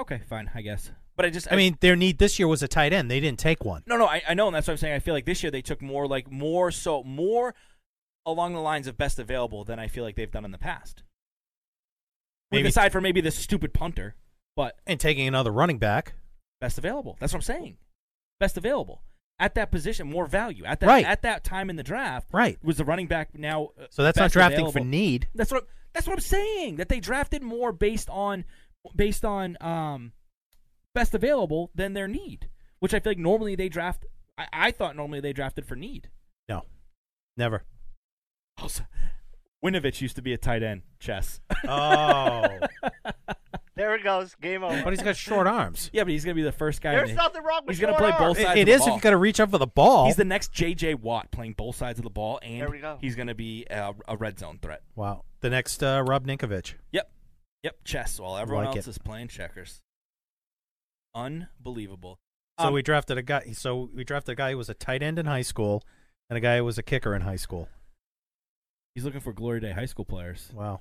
Speaker 4: Okay, fine, I guess. But I just
Speaker 5: I mean, their need this year was a tight end. They didn't take one.
Speaker 4: No, no, I, I know, and that's what I'm saying. I feel like this year they took more, like more so, more along the lines of best available than I feel like they've done in the past. Like,
Speaker 5: Maybe-
Speaker 4: aside from maybe this stupid punter, but
Speaker 5: And taking another running back.
Speaker 4: best available. That's what I'm saying. Best available at that position, more value at that
Speaker 5: Right.
Speaker 4: at that time in the draft.
Speaker 5: Right.
Speaker 4: was the running back now? uh,
Speaker 5: So that's not
Speaker 4: best
Speaker 5: drafting for
Speaker 4: available.
Speaker 5: need.
Speaker 4: That's what I'm, that's what I'm saying. That they drafted more based on based on um, best available than their need, which I feel like normally they draft. I, I thought normally they drafted for need.
Speaker 5: No.
Speaker 4: <laughs>
Speaker 5: Never.
Speaker 4: Also, Winovich used to be a tight end. Chess. <laughs>
Speaker 5: Oh.
Speaker 6: There it goes, game over.
Speaker 5: but he's got short arms.
Speaker 4: yeah, but he's gonna be the first guy.
Speaker 6: There's
Speaker 4: in the,
Speaker 6: nothing wrong with
Speaker 4: he's gonna
Speaker 6: short
Speaker 4: play
Speaker 6: arms.
Speaker 4: both sides. of
Speaker 5: It is
Speaker 4: the
Speaker 5: if
Speaker 4: ball.
Speaker 5: you got to reach up for the ball.
Speaker 4: He's the next J.J. Watt playing both sides of the ball, and
Speaker 6: There we go.
Speaker 4: he's gonna be a, a red zone threat.
Speaker 5: wow. The next uh, Rob Ninkovich.
Speaker 4: Yep. Yep, chess. While everyone
Speaker 5: Like
Speaker 4: else
Speaker 5: it.
Speaker 4: is playing checkers. Unbelievable.
Speaker 5: So
Speaker 4: Um,
Speaker 5: we drafted a guy. So we drafted a guy who was a tight end in high school, and a guy who was a kicker in high school.
Speaker 4: He's looking for Glory Day high school players.
Speaker 5: Wow.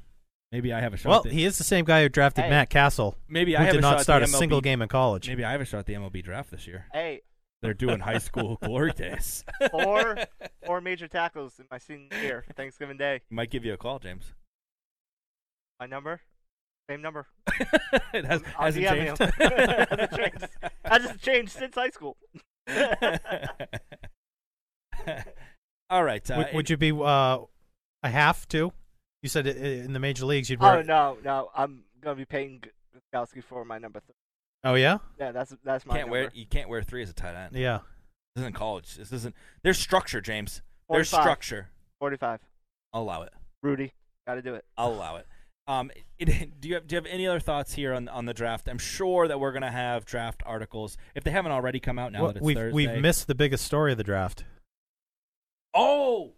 Speaker 4: Maybe I have a shot.
Speaker 5: Well,
Speaker 4: at the-
Speaker 5: he is the same guy who drafted
Speaker 6: Hey.
Speaker 5: Matt Castle,
Speaker 4: maybe I
Speaker 5: who
Speaker 4: have
Speaker 5: did
Speaker 4: a shot
Speaker 5: not
Speaker 4: at
Speaker 5: start a
Speaker 4: the MLB
Speaker 5: single game in college.
Speaker 4: Maybe I have a shot at the MLB draft this year.
Speaker 6: Hey,
Speaker 4: They're doing high
Speaker 5: <laughs>
Speaker 4: school glory days. <laughs>
Speaker 6: four four major tackles in my senior year, Thanksgiving Day.
Speaker 4: Might give you a call,
Speaker 5: <laughs>
Speaker 4: James.
Speaker 6: My number, same
Speaker 4: <laughs>
Speaker 6: number.
Speaker 4: it has,
Speaker 6: I'll
Speaker 4: hasn't
Speaker 6: DM you. <laughs> Hasn't <laughs>
Speaker 4: changed.
Speaker 6: changed. Hasn't changed since high school.
Speaker 4: <laughs> All right. Uh,
Speaker 5: Would, would you be uh, a half too? You said i- i- in the major leagues you'd wear.
Speaker 6: Oh no, no, I'm gonna be paying Gostkowski for my number. Th-
Speaker 5: Oh, yeah,
Speaker 6: yeah, that's that's
Speaker 4: you
Speaker 6: my
Speaker 4: can't
Speaker 6: number.
Speaker 4: wear you can't wear three as a tight end.
Speaker 5: yeah.
Speaker 4: This isn't college. This isn't. There's structure, James. There's
Speaker 6: 45.
Speaker 4: structure.
Speaker 6: Forty-five.
Speaker 4: I'll allow it.
Speaker 6: Rudy, gotta do it.
Speaker 4: I'll allow it. Um, it, <laughs> do you have do you have any other thoughts here on on the draft? I'm sure that we're gonna have draft articles if they haven't already come out now
Speaker 5: Well,
Speaker 4: that it's
Speaker 5: we've
Speaker 4: Thursday.
Speaker 5: we've missed the biggest story of the draft.
Speaker 4: Oh,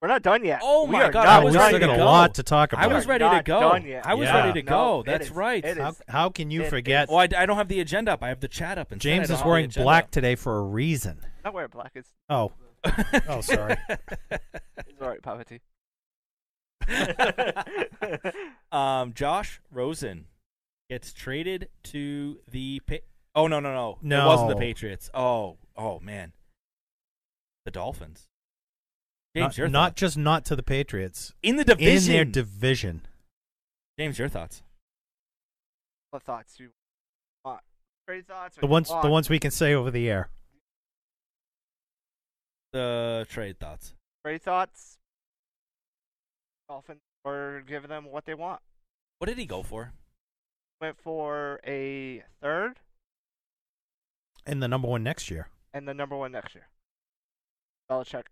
Speaker 6: We're not done yet.
Speaker 4: Oh
Speaker 6: We
Speaker 4: my
Speaker 6: are
Speaker 4: God,
Speaker 6: not
Speaker 4: I
Speaker 5: we
Speaker 4: was
Speaker 6: done
Speaker 5: still
Speaker 4: ready
Speaker 5: got
Speaker 4: to
Speaker 5: a
Speaker 6: yet.
Speaker 4: go.
Speaker 5: lot to talk
Speaker 4: I
Speaker 5: about.
Speaker 4: was
Speaker 6: We are
Speaker 4: ready to
Speaker 6: not
Speaker 4: go.
Speaker 6: done yet.
Speaker 4: I was
Speaker 5: Yeah.
Speaker 4: ready to
Speaker 6: No,
Speaker 4: go.
Speaker 6: it
Speaker 4: That's
Speaker 6: is-
Speaker 4: right.
Speaker 6: it
Speaker 5: how,
Speaker 6: is.
Speaker 5: how can you
Speaker 6: It
Speaker 5: forget?
Speaker 6: is.
Speaker 4: Oh, I, I don't have the agenda up. I have the chat up. Instead. I
Speaker 5: James
Speaker 4: don't
Speaker 5: is
Speaker 4: have the
Speaker 5: wearing
Speaker 4: agenda
Speaker 5: black today for a reason.
Speaker 6: Not wear black. It's
Speaker 5: Oh,
Speaker 4: up. <laughs>
Speaker 5: Oh, sorry.
Speaker 6: it's alright, poverty.
Speaker 4: um, Josh Rosen gets traded to the. Pa- oh no no no It wasn't the
Speaker 5: No.
Speaker 4: Patriots. Oh oh man, the Dolphins. James,
Speaker 5: not,
Speaker 4: your
Speaker 5: not
Speaker 4: thoughts?
Speaker 5: just not to the Patriots
Speaker 4: in the division.
Speaker 5: in their division.
Speaker 4: James, your thoughts?
Speaker 6: <laughs> what thoughts you want? Great thoughts. or
Speaker 5: The
Speaker 6: you
Speaker 5: ones the
Speaker 6: want-
Speaker 5: ones we can say over the air.
Speaker 4: The trade thoughts.
Speaker 6: Great thoughts. Dolphins were giving them what they want.
Speaker 4: What did he go for?
Speaker 6: Went for a third
Speaker 5: And the number one next year.
Speaker 6: and the number one next year. Belichick.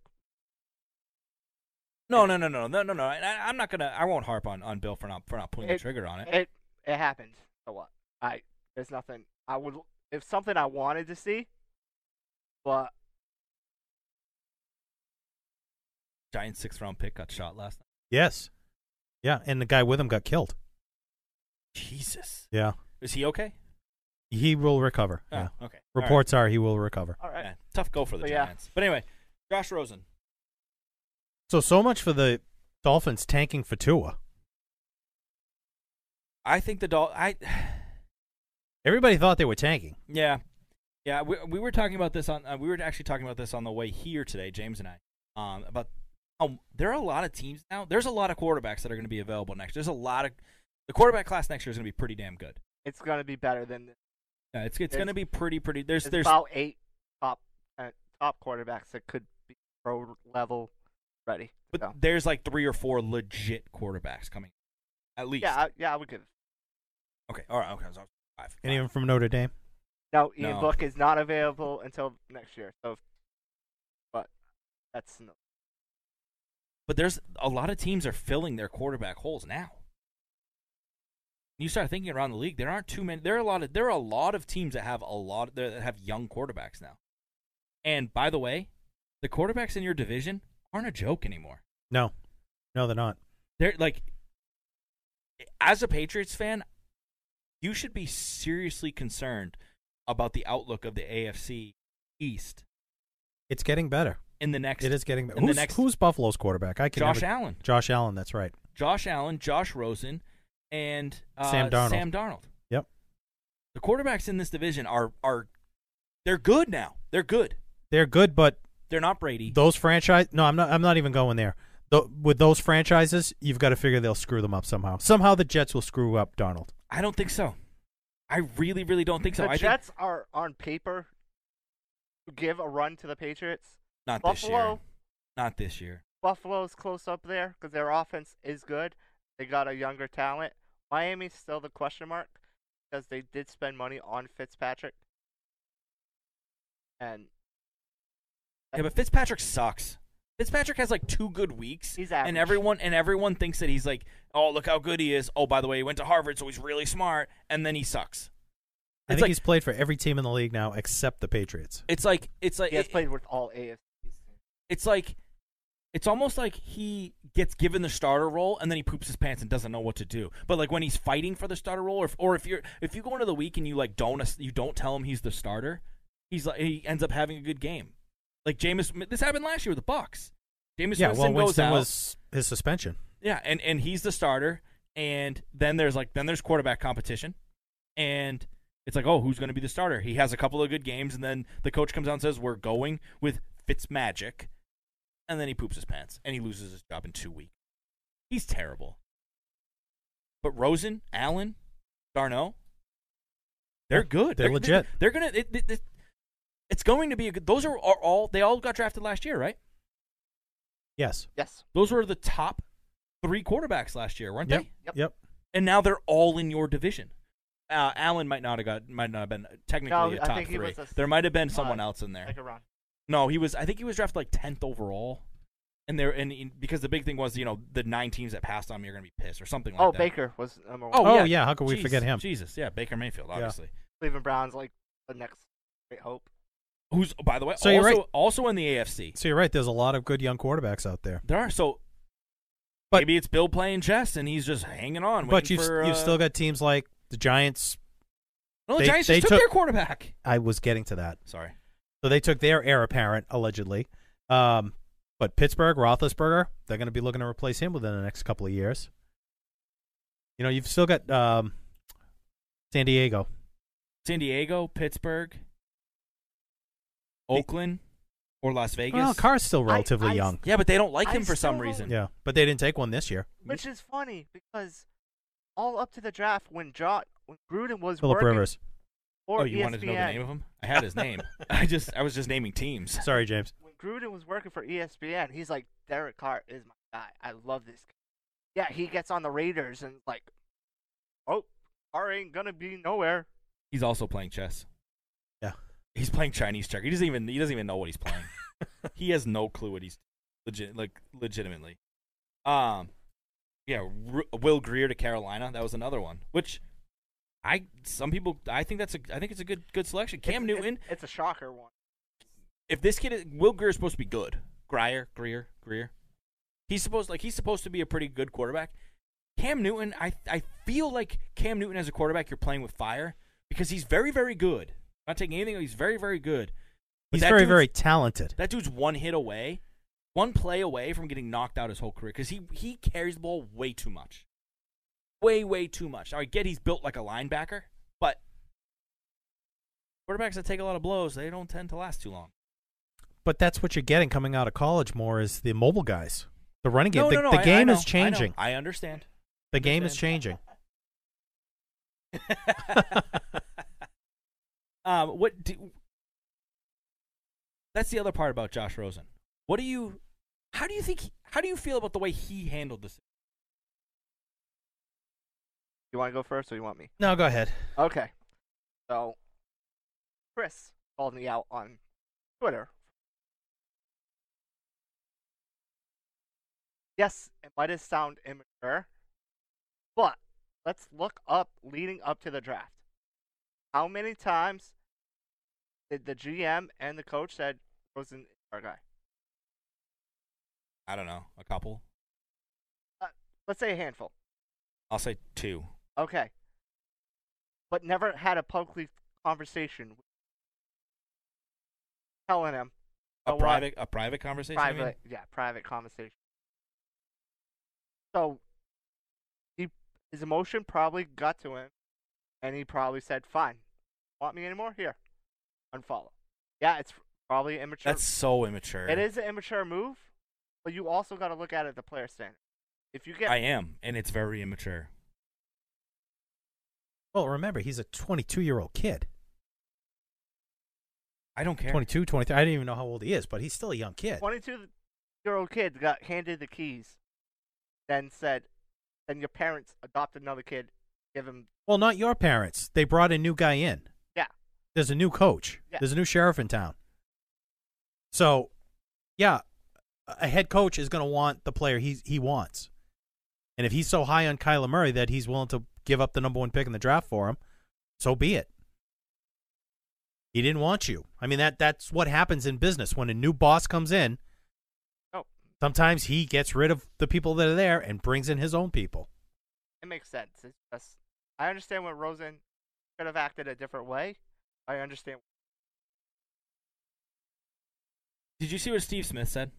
Speaker 4: No no no no no no no. I, I- I'm not gonna. I won't harp on, on Bill for not for not pulling the
Speaker 6: It-
Speaker 4: trigger on it.
Speaker 6: It it happened. So what? I there's nothing I would if something I wanted to see, but
Speaker 4: Giant sixth round pick got shot last night.
Speaker 5: Yes. Yeah, and the guy with him got killed.
Speaker 4: Jesus.
Speaker 5: Yeah.
Speaker 4: Is he okay?
Speaker 5: He will recover.
Speaker 4: Oh,
Speaker 5: yeah.
Speaker 4: okay. All right.
Speaker 5: Reports are he will recover.
Speaker 6: all right.
Speaker 4: Yeah, tough go for the
Speaker 6: But yeah.
Speaker 4: Giants. But anyway, Josh Rosen.
Speaker 5: So so much for the Dolphins tanking for Tua.
Speaker 4: I think the Dol. I <sighs>
Speaker 5: Everybody thought they were tanking.
Speaker 4: yeah, yeah. We we were talking about this on. Uh, we were actually talking about this on the way here today, James and I. Um, about um, there are a lot of teams now. There's a lot of quarterbacks that are going to be available next. There's a lot of the quarterback class next year is going to be pretty damn good.
Speaker 6: It's gonna be better than
Speaker 4: Yeah, it's it's
Speaker 6: It's-
Speaker 4: going to be pretty pretty. There's
Speaker 6: There's
Speaker 4: there's
Speaker 6: about eight top uh, top quarterbacks that could be pro level ready.
Speaker 4: but
Speaker 6: so.
Speaker 4: there's like three or four legit quarterbacks coming, at least.
Speaker 6: yeah, I, yeah, I would give.
Speaker 4: Okay. All right. Okay. So five.
Speaker 5: Anyone from Notre Dame?
Speaker 6: No, Ian
Speaker 4: No.
Speaker 6: Book is not available until next year. So, but that's no.
Speaker 4: But there's a lot of teams are filling their quarterback holes now. You start thinking around the league, there aren't too many. There are a lot of there are a lot of teams that have a lot that have young quarterbacks now. And by the way, the quarterbacks in your division aren't a joke anymore.
Speaker 5: No. No, they're not.
Speaker 4: They're like, as a Patriots fan, you should be seriously concerned about the outlook of the AFC East
Speaker 5: It's getting better.
Speaker 4: in the next.
Speaker 5: It is getting better.
Speaker 4: in the
Speaker 5: Who's,
Speaker 4: next-
Speaker 5: who's Buffalo's quarterback? I can
Speaker 4: Josh
Speaker 5: never-
Speaker 4: Allen.
Speaker 5: Josh Allen, that's right.
Speaker 4: Josh Allen, Josh Rosen, and uh,
Speaker 5: Sam Darnold.
Speaker 4: Sam Darnold.
Speaker 5: Yep.
Speaker 4: The quarterbacks in this division are are they're good now. They're good.
Speaker 5: They're good, but
Speaker 4: They're not Brady.
Speaker 5: those franchise no i'm not i'm not even going there Tho- with those franchises you've got to figure they'll screw them up somehow somehow the jets will screw up donald
Speaker 4: I don't think so. I really, really don't think so.
Speaker 6: the
Speaker 4: I think
Speaker 6: Jets are on paper to give a run to the Patriots.
Speaker 4: not this year.
Speaker 6: Buffalo,
Speaker 4: Not this year.
Speaker 6: Buffalo's close up there because their offense is good. They got a younger talent. Miami's still the question mark because they did spend money on Fitzpatrick. And
Speaker 4: Yeah, but Fitzpatrick sucks. Fitzpatrick has like two good weeks,
Speaker 6: He's
Speaker 4: and
Speaker 6: average.
Speaker 4: everyone and everyone thinks that he's like, oh, look how good he is. Oh, by the way, he went to Harvard, so he's really smart, and then he sucks. It's
Speaker 5: i think
Speaker 4: like-
Speaker 5: he's played for every team in the league now except the patriots
Speaker 4: It's like it's like
Speaker 6: he has
Speaker 4: it-
Speaker 6: played with all AFC.
Speaker 4: it's like it's almost like he gets given the starter role and then he poops his pants and doesn't know what to do. But like when he's fighting for the starter role, or if, or if you're if you go into the week and you like don't ass- you don't tell him he's the starter, he's like he ends up having a good game. Like Jameis, this happened last year with the Bucks. Jameis
Speaker 5: yeah,
Speaker 4: Winston goes
Speaker 5: well, Winston
Speaker 4: out.
Speaker 5: was his suspension.
Speaker 4: Yeah, and and he's the starter, and then there's like then there's quarterback competition, and it's like oh who's going to be the starter? He has a couple of good games, and then the coach comes out and says we're going with Fitzmagic, and then he poops his pants and he loses his job in two weeks. He's terrible. But Rosen, Allen, Darno, they're good.
Speaker 5: They're legit.
Speaker 4: They're, gonna. It, it- it- it's going to be a good. Those are, are all. They all got drafted last year, right?
Speaker 5: Yes.
Speaker 6: Yes.
Speaker 4: Those were the top three quarterbacks last year, weren't
Speaker 5: Yep.
Speaker 4: they?
Speaker 5: Yep.
Speaker 6: Yep.
Speaker 4: and now they're all in your division. Uh, Allen might not have got, might not have been
Speaker 6: No,
Speaker 4: technically a
Speaker 6: I
Speaker 4: top
Speaker 6: think he
Speaker 4: three.
Speaker 6: was a-
Speaker 4: there might have been someone
Speaker 6: uh,
Speaker 4: else in there.
Speaker 6: Like a run.
Speaker 4: No, he was. I think he was drafted like tenth overall. And there, and in- because the big thing was, you know, the nine teams that passed on me are going to be pissed or something like
Speaker 6: oh,
Speaker 4: that.
Speaker 6: Baker was number one.
Speaker 4: Oh,
Speaker 5: Oh,
Speaker 4: yeah.
Speaker 5: yeah, how could we forget him?
Speaker 4: Jesus, yeah, Baker Mayfield, obviously.
Speaker 6: Cleveland Browns like the next great hope.
Speaker 4: Who's, by the way, also
Speaker 5: So you're right.
Speaker 4: also in the AFC.
Speaker 5: So you're right. There's a lot of good young quarterbacks out there.
Speaker 4: There are so.
Speaker 5: But-
Speaker 4: maybe it's Bill playing chess and he's just hanging on.
Speaker 5: But
Speaker 4: waiting
Speaker 5: you've
Speaker 4: for, uh,
Speaker 5: you've still got teams like the Giants.
Speaker 4: no, the
Speaker 5: they-
Speaker 4: Giants
Speaker 5: they
Speaker 4: just took,
Speaker 5: took-
Speaker 4: their quarterback.
Speaker 5: I was getting to that.
Speaker 4: Sorry,
Speaker 5: So they took their heir apparent allegedly. Um, but Pittsburgh Roethlisberger, they're going to be looking to replace him within the next couple of years. You know, you've still got um, San Diego.
Speaker 4: San Diego, Pittsburgh, Oakland, or Las Vegas.
Speaker 5: Well, Carr's still relatively
Speaker 6: I-
Speaker 5: young.
Speaker 4: yeah, but they don't like
Speaker 6: I
Speaker 4: him for
Speaker 6: still
Speaker 4: some
Speaker 6: don't-
Speaker 4: reason.
Speaker 5: Yeah, but they didn't take one this year.
Speaker 6: Which is funny because all up to the draft when John when Gruden was
Speaker 5: Philip
Speaker 6: working
Speaker 5: Rivers.
Speaker 6: for E
Speaker 4: Oh, you
Speaker 6: ESPN,
Speaker 4: wanted to know the name of him? I had his name. I just I was just naming teams.
Speaker 5: Sorry, James.
Speaker 6: when Gruden was working for E ESPN, he's like Derek Carr is my guy. I love this. guy. Yeah, he gets on the Raiders and like, oh, Carr ain't gonna be nowhere.
Speaker 4: He's also playing chess.
Speaker 5: Yeah.
Speaker 4: He's playing Chinese checker. He doesn't even he doesn't even know what he's playing. he has no clue what he's legit like legitimately. Um, yeah, R- Will Greer to Carolina. That was another one. Which I some people I think that's a I think it's a good good selection. Cam
Speaker 6: It's-
Speaker 4: Newton.
Speaker 6: It's, it's a shocker one.
Speaker 4: if this kid is, Will Greer is supposed to be good. Greer, Greer, Greer. He's supposed like he's supposed to be a pretty good quarterback. Cam Newton, I I feel like Cam Newton as a quarterback, you're playing with fire because he's very very good. Not taking anything, he's very very good. But
Speaker 5: He's
Speaker 4: that
Speaker 5: very,
Speaker 4: dude's-
Speaker 5: very talented.
Speaker 4: That dude's one hit away, one play away from getting knocked out his whole career because he he carries the ball way too much, way way too much. Now, I get he's built like a linebacker, but quarterbacks that take a lot of blows, they don't tend to last too long.
Speaker 5: But that's what you're getting coming out of college more is the mobile guys. The running game.
Speaker 4: No,
Speaker 5: the
Speaker 4: no, no,
Speaker 5: the
Speaker 4: I- I
Speaker 5: game
Speaker 4: know, I know,
Speaker 5: is changing.
Speaker 4: I, understand.
Speaker 5: <laughs>
Speaker 4: <laughs>
Speaker 5: The game is
Speaker 4: Understand.
Speaker 5: changing.
Speaker 4: um, what do, That's the other part about Josh Rosen. What do you? How do you think? he- How do you feel about the way he handled this?
Speaker 6: You want to go first, or you want me?
Speaker 5: No, go ahead.
Speaker 6: Okay. So, Chris called me out on Twitter. Yes, it might have sound immature, but let's look up leading up to the draft. How many times did the GM and the coach said Rosen is our guy?
Speaker 4: I don't know. A couple.
Speaker 6: Uh, let's say a handful.
Speaker 4: I'll say two.
Speaker 6: Okay. But never had a public conversation with telling him
Speaker 4: A
Speaker 6: "You know what?
Speaker 4: private. A private conversation. I mean?
Speaker 6: private yeah, private conversation. So he his emotion probably got to him and he probably said, Fine, want me anymore? Here. Unfollow. Yeah, it's probably immature.
Speaker 4: That's so immature.
Speaker 6: it is an immature move, but you also gotta look at it the player standard. If you get
Speaker 4: I am, and it's very immature.
Speaker 5: Well, remember, he's a 22 year old kid.
Speaker 4: I don't care.
Speaker 5: 22, 23. I didn't even know how old he is, but he's still a young kid.
Speaker 6: 22 year old kid got handed the keys, then said, then your parents adopt another kid, give him,
Speaker 5: Well, not your parents. They brought a new guy in.
Speaker 6: yeah.
Speaker 5: There's a new coach.
Speaker 6: Yeah.
Speaker 5: There's a new sheriff in town. So, yeah, a head coach is going to want the player he he wants. And if he's so high on Kyler Murray that he's willing to give up the number one pick in the draft for him, so be it. He didn't want you. I mean that that's what happens in business when a new boss comes in.
Speaker 6: oh,
Speaker 5: Sometimes he gets rid of the people that are there and brings in his own people.
Speaker 6: It makes sense. It's just I understand what Rosen could have acted a different way. I understand.
Speaker 4: Did you see what Steve Smith said?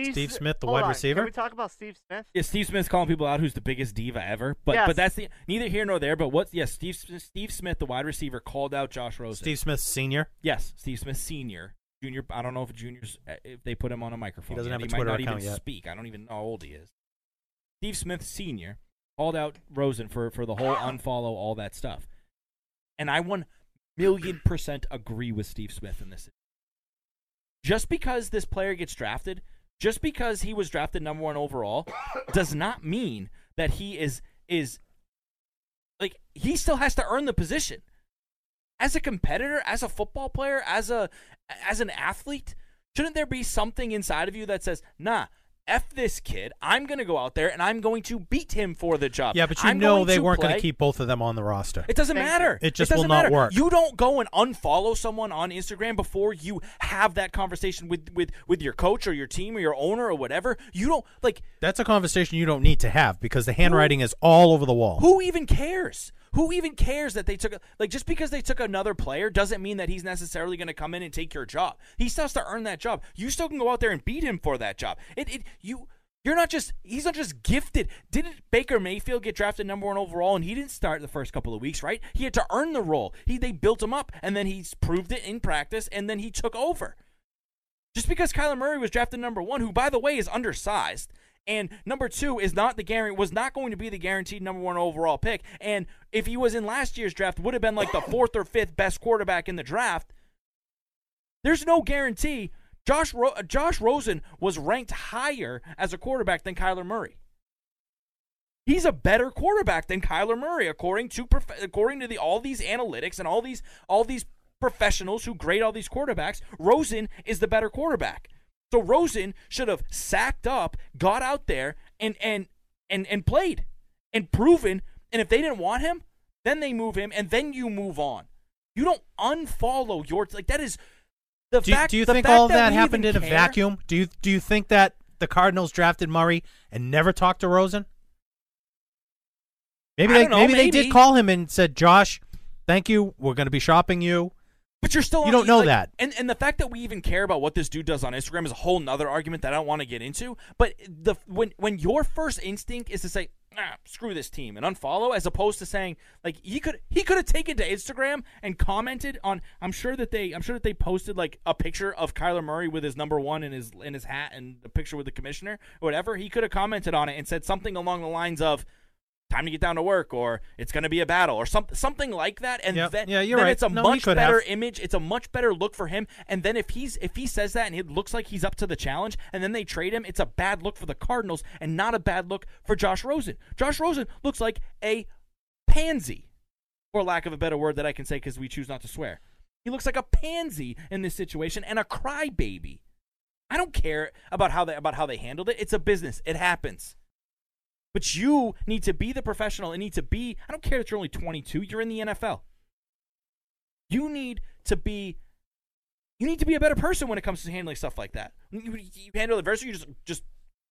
Speaker 5: Steve
Speaker 6: S-
Speaker 5: Smith, the
Speaker 6: hold
Speaker 5: wide
Speaker 6: on,
Speaker 5: receiver?
Speaker 6: Can we talk about Steve Smith?
Speaker 4: Yeah, Steve Smith's calling people out who's the biggest diva ever. But
Speaker 6: Yes.
Speaker 4: but that's the neither here nor there. But what? Yes, Steve Smith- Steve Smith, the wide receiver, called out Josh Rosen.
Speaker 5: Steve Smith Senior.
Speaker 4: Yes, Steve Smith Senior. Junior, I don't know if Junior's eh, if they put him on a microphone.
Speaker 5: doesn't
Speaker 4: yet.
Speaker 5: have a
Speaker 4: might
Speaker 5: Twitter
Speaker 4: not
Speaker 5: account
Speaker 4: even
Speaker 5: yet.
Speaker 4: speak. I don't even know how old he is. Steve Smith Senior called out Rosen for for the whole unfollow all that stuff, and I one million percent agree with Steve Smith in this. Just because this player gets drafted, just because he was drafted number one overall, does not mean that he is is like he still has to earn the position as a competitor, as a football player, as a as an athlete, shouldn't there be something inside of you that says, "Nah, f this kid. I'm going to go out there and I'm going to beat him for the job."
Speaker 5: Yeah, but you
Speaker 4: I'm
Speaker 5: know
Speaker 4: going
Speaker 5: they
Speaker 4: to
Speaker 5: weren't going
Speaker 4: play."
Speaker 5: to keep both of them on the roster.
Speaker 4: It doesn't
Speaker 6: Thank you.
Speaker 4: matter.
Speaker 5: It just
Speaker 4: doesn't
Speaker 5: will not
Speaker 4: matter.
Speaker 5: work.
Speaker 4: You don't go and unfollow someone on Instagram before you have that conversation with with with your coach or your team or your owner or whatever. You don't like
Speaker 5: That's a conversation you don't need to have because the handwriting is all over the wall.
Speaker 4: Who even cares? Who even cares that they took a, like just because they took another player doesn't mean that he's necessarily going to come in and take your job. He still has to earn that job. You still can go out there and beat him for that job. It, it you you're not just he's not just gifted. Didn't Baker Mayfield get drafted number one overall and he didn't start the first couple of weeks, right? He had to earn the role. He they built him up and then he's proved it in practice and then he took over. Just because Kyler Murray was drafted number one, who by the way is undersized, and number two is not the guarantee was not going to be the guaranteed number one overall pick, and if he was in last year's draft, would have been like the fourth or fifth best quarterback in the draft. There's no guarantee. Josh Ro- uh, Josh Rosen was ranked higher as a quarterback than Kyler Murray. He's a better quarterback than Kyler Murray, according to prof- according to the all these analytics and all these all these professionals who grade all these quarterbacks. Rosen is the better quarterback. So Rosen should have sacked up, got out there, and and and and played and proven. And if they didn't want him, then they move him, and then you move on. You don't unfollow your like that is the
Speaker 5: do, you-
Speaker 4: fact.
Speaker 5: do you
Speaker 4: the
Speaker 5: think
Speaker 4: fact
Speaker 5: all of that
Speaker 4: we
Speaker 5: happened in
Speaker 4: even
Speaker 5: a
Speaker 4: care-
Speaker 5: vacuum? Do you do you think that the Cardinals drafted Murray and never talked to Rosen? Maybe
Speaker 4: I
Speaker 5: they
Speaker 4: don't know,
Speaker 5: maybe, they
Speaker 4: maybe.
Speaker 5: did call him and said, "Josh, thank you. We're going to be shopping you."
Speaker 4: But you're still E,
Speaker 5: You don't know
Speaker 4: like-
Speaker 5: that.
Speaker 4: and and the fact that we even care about what this dude does on Instagram is a whole nother argument that I don't want to get into. But the when when your first instinct is to say, ah, screw this team and unfollow, as opposed to saying like he could he could have taken to Instagram and commented on. I'm sure that they I'm sure that they posted like a picture of Kyler Murray with his number one in his in his hat and the picture with the commissioner or whatever. He could have commented on it and said something along the lines of. Time to get down to work, or it's going to be a battle, or something, something like that, and
Speaker 5: Yep.
Speaker 4: then,
Speaker 5: Yeah, you're
Speaker 4: then
Speaker 5: right.
Speaker 4: it's a
Speaker 5: No, he
Speaker 4: much
Speaker 5: could
Speaker 4: better
Speaker 5: have.
Speaker 4: image. It's a much better look for him. And then if he's if he says that and it looks like he's up to the challenge, and then they trade him, it's a bad look for the Cardinals and not a bad look for Josh Rosen. Josh Rosen looks like a pansy, for lack of a better word that I can say because we choose not to swear. He looks like a pansy in this situation and a crybaby. I don't care about how they about how they handled it. It's a business. It happens. But you need to be the professional and need to be I don't care that you're only 22, you're in the NFL. You need to be you need to be a better person when it comes to handling stuff like that. You, you handle adversity, you just just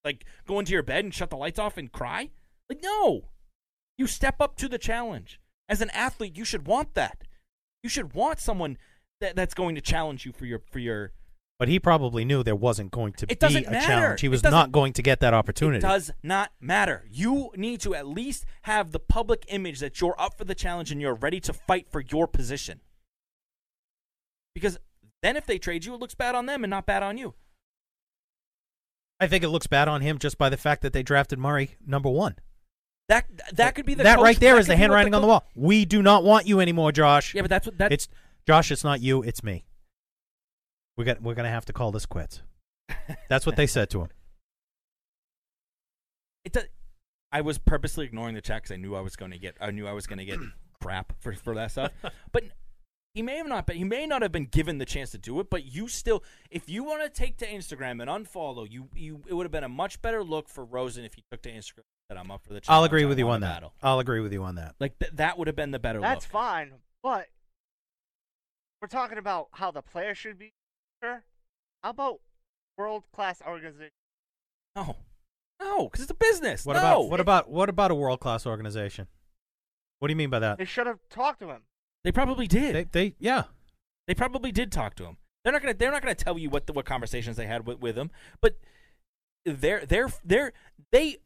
Speaker 4: like go into your bed and shut the lights off and cry? Like no. You step up to the challenge. As an athlete, you should want that. You should want someone that, that's going to challenge you for your for your
Speaker 5: But he probably knew there wasn't going to
Speaker 4: It
Speaker 5: be
Speaker 4: doesn't
Speaker 5: a
Speaker 4: matter.
Speaker 5: challenge. He
Speaker 4: It
Speaker 5: was
Speaker 4: doesn't-
Speaker 5: not going to get that opportunity.
Speaker 4: It does not matter. You need to at least have the public image that you're up for the challenge and you're ready to fight for your position. Because then if they trade you, it looks bad on them and not bad on you.
Speaker 5: I think it looks bad on him just by the fact that they drafted Murray number one.
Speaker 4: That that could be the
Speaker 5: that
Speaker 4: coach-
Speaker 5: right there is
Speaker 4: could be
Speaker 5: the
Speaker 4: what
Speaker 5: handwriting on the
Speaker 4: coach-
Speaker 5: wall. We do not want you anymore, Josh.
Speaker 4: Yeah, but that's what that's
Speaker 5: it's Josh. It's not you. It's me. We got. We're gonna have to call this quits. That's what they said
Speaker 4: <laughs>
Speaker 5: to him.
Speaker 4: it does, I was purposely ignoring the chat because I knew I was going to get I knew I was going to get <clears throat> crap for for that
Speaker 5: <laughs>
Speaker 4: stuff. But he may have not been he may not have been given the chance to do it. But you still, if you want to take to Instagram and unfollow, you you it would have been a much better look for Rosen if he took to Instagram that I'm up for the. Challenge,
Speaker 5: I'll agree
Speaker 4: I
Speaker 5: with you
Speaker 4: want
Speaker 5: on
Speaker 4: a
Speaker 5: that.
Speaker 4: battle."
Speaker 5: I'll agree with you on that.
Speaker 4: Like th- that would have been the better
Speaker 6: That's
Speaker 4: look.
Speaker 6: fine, but we're talking about how the player should be. Sure. How about world class organization.
Speaker 4: No, no, because it's a business.
Speaker 5: What
Speaker 4: no.
Speaker 5: about what about what about a world class organization? What do you mean by that?
Speaker 6: They should have talked to him.
Speaker 4: They probably did.
Speaker 5: They,
Speaker 4: They,
Speaker 5: they yeah.
Speaker 4: probably did talk to him. They're not gonna. They're not gonna tell you what the, what conversations they had with, with him. But they're they're they're they,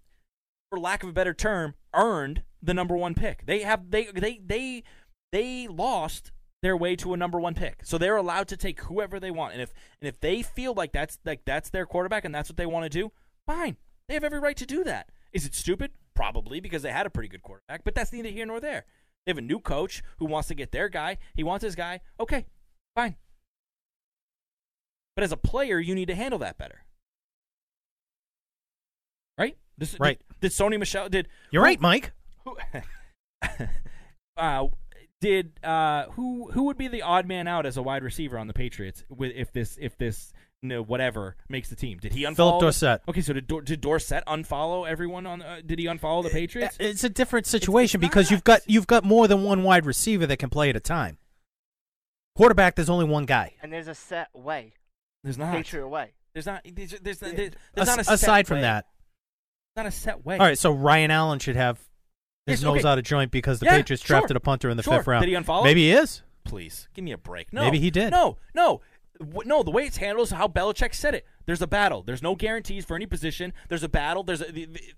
Speaker 4: for lack of a better term, earned the number one pick. They have they they they they lost their way to a number one pick. So they're allowed to take whoever they want. And if and if they feel like that's like that's their quarterback and that's what they want to do, fine. They have every right to do that. Is it stupid? Probably because they had a pretty good quarterback, but that's neither here nor there. They have a new coach who wants to get their guy. He wants his guy. Okay, fine. But as a player, you need to handle that better. Right? This,
Speaker 5: Right.
Speaker 4: Did, did Sony Michelle did
Speaker 5: You're right, Mike.
Speaker 4: who <laughs> uh, did uh, who who would be the odd man out as a wide receiver on the Patriots with if this if this you know, whatever makes the team? Did he unfollow
Speaker 5: Philip Dorsett.
Speaker 4: Okay, so did Dor- did Dorsett unfollow everyone on? Uh, did he unfollow the Patriots?
Speaker 5: Eh, It's a different situation
Speaker 4: it's
Speaker 5: because you've
Speaker 4: not.
Speaker 5: got you've got more than one wide receiver that can play at a time. Quarterback, there's only one guy.
Speaker 6: And there's a set way,
Speaker 4: There's not.
Speaker 6: Patriot way.
Speaker 4: There's not. There's, there's, there's, there's
Speaker 5: As-
Speaker 4: not a set
Speaker 5: aside from
Speaker 4: way.
Speaker 5: that,
Speaker 4: not a set way.
Speaker 5: all right. So Ryan Allen should have his
Speaker 4: Yes,
Speaker 5: nose
Speaker 4: okay.
Speaker 5: out of joint because the
Speaker 4: Yeah,
Speaker 5: Patriots
Speaker 4: sure.
Speaker 5: drafted a punter in the
Speaker 4: Sure.
Speaker 5: fifth round.
Speaker 4: Did he unfollow?
Speaker 5: Maybe he is.
Speaker 4: please give me a break. No,
Speaker 5: Maybe he did.
Speaker 4: No, no, W- no. The way it's handled is how Belichick said it. There's a battle. There's no guarantees for any position. There's a battle. There's a, the- the-